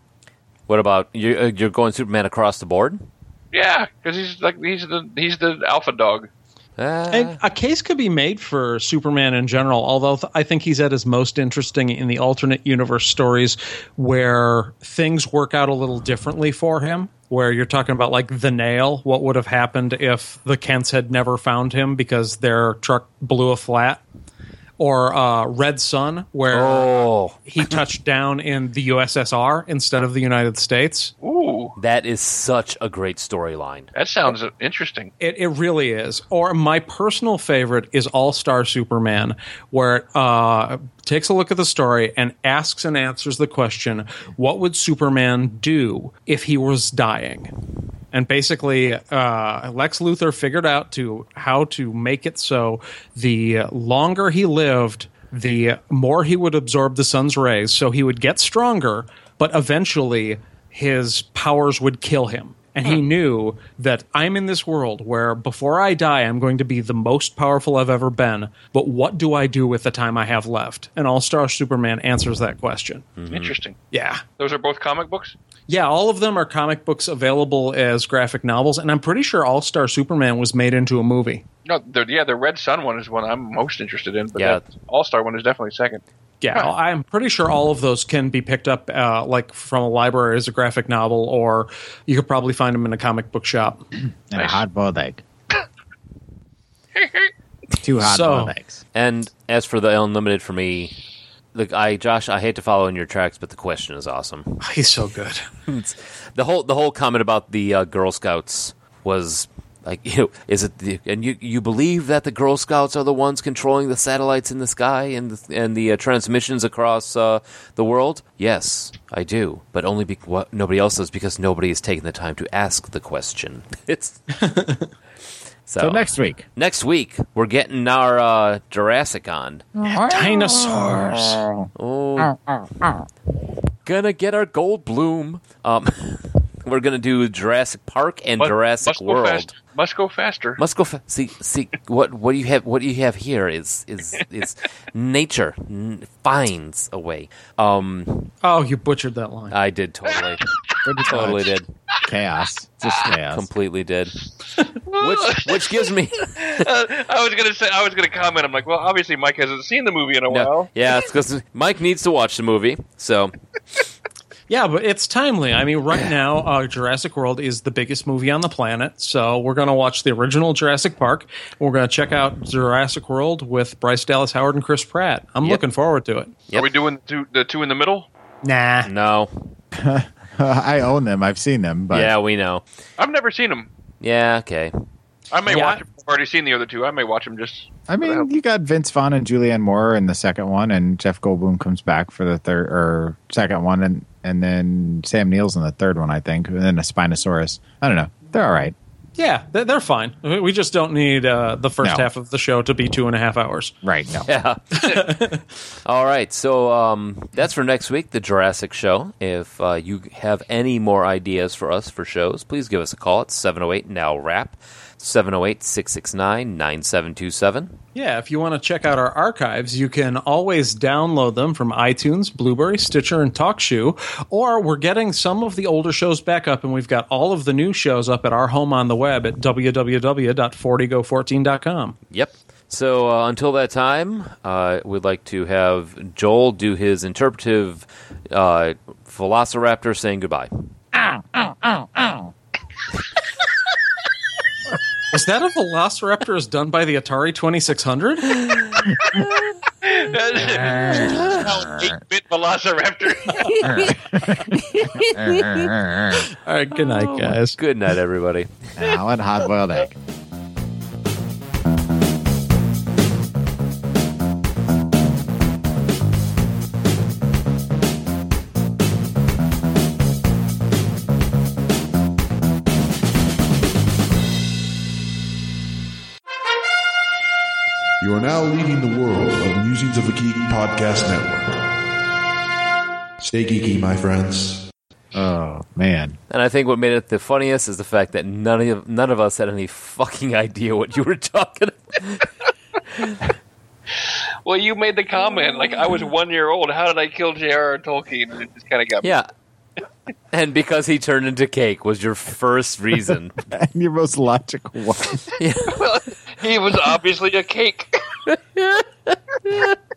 What about you? Uh, you're going Superman across the board? Yeah, because he's like he's the he's the alpha dog. Uh, A, a case could be made for Superman in general, although th- I think he's at his most interesting in the alternate universe stories where things work out a little differently for him. Where you're talking about like the nail, what would have happened if the Kents had never found him because their truck blew a flat? Or uh, Red Sun, where oh, he touched down in the USSR instead of the United States. Ooh, that is such a great storyline. that sounds uh, interesting. It, it really is. Or my personal favorite is All Star Superman, where it uh, takes a look at the story and asks and answers the question what would Superman do if he was dying? And basically, uh, Lex Luthor figured out to how to make it so the longer he lived, the more he would absorb the sun's rays. So he would get stronger, but eventually his powers would kill him. And he knew that I'm in this world where before I die, I'm going to be the most powerful I've ever been. But what do I do with the time I have left? And All Star Superman answers that question. Hmm. Interesting. Yeah. Those are both comic books. Yeah, all of them are comic books available as graphic novels. And I'm pretty sure All Star Superman was made into a movie. No, the, yeah, the Red Sun one is one I'm most interested in, but Yeah. that All Star one is definitely second. Yeah, I'm pretty sure all of those can be picked up uh, like from a library as a graphic novel, or you could probably find them in a comic book shop. and a hot boiled egg. Two hot boiled eggs. And as for the unlimited for me, look, I Josh, I hate to follow in your tracks, but the question is awesome. He's so good. The whole the whole comment about the uh, Girl Scouts was like, you know, is it the, and you you believe that the Girl Scouts are the ones controlling the satellites in the sky and the, and the uh, transmissions across uh, the world? Yes, I do, but only be, what, nobody else does because nobody has taken the time to ask the question. It's So next week, Next week, we're getting our uh, Jurassic on. Dinosaurs. Oh. Gonna get our gold bloom. Um, we're gonna do Jurassic Park and But Jurassic must go World. fast- must go faster. Must go fa- see see what what you have what you have here is is is nature n- finds a way. Um, Oh, you butchered that line. I did totally, totally did, chaos. Just Ah, chaos. completely did. Which which gives me I was gonna say, I was gonna comment. I'm like, well, obviously Mike hasn't seen the movie in no, a while. yeah, it's because Mike needs to watch the movie. So Yeah, but it's timely. I mean, right now, uh, Jurassic World is the biggest movie on the planet, so we're going to watch the original Jurassic Park. We're going to check out Jurassic World with Bryce Dallas Howard and Chris Pratt. I'm looking forward to it. Yep. Are we doing two, the two in the middle? Nah, no, I own them. I've seen them, but yeah, we know. I've never seen them. Yeah, okay. I may Yeah. watch. Them. I've already seen the other two. I may watch them just. I mean, you got Vince Vaughn and Julianne Moore in the second one, and Jeff Goldblum comes back for the third or second one, and and then Sam Neill's in the third one, I think, and then a Spinosaurus. I don't know. They're all right. yeah, they- they're fine. We just don't need uh, the first No. half of the show to be two and a half hours. Right. No. Yeah. All right. So um, that's for next week, the Jurassic Show. If uh, you have any more ideas for us for shows, please give us a call at 708 Now Rap, 708 669 9727. Yeah, if you want to check out our archives, you can always download them from iTunes, Blueberry, Stitcher, and TalkShoe. Or we're getting some of the older shows back up, and we've got all of the new shows up at our home on the web at www.40go14.com. Yep. So uh, until that time, uh, we'd like to have Joel do his interpretive uh, velociraptor saying goodbye. Is that a Velociraptor as done by the Atari 2600? Eight bit Velociraptor. All right, good night, guys. Good night, everybody. I want hot boiled egg. Podcast Network. Stay geeky, my friends. Oh man, And I think what made it the funniest is the fact that none of none of us had any fucking idea what you were talking about. Well, you made the comment like I was one year old. How did I kill J.R.R. Tolkien? It just kind of got me. Yeah. And because he turned into cake was your first reason. your most logical one. He was obviously a cake.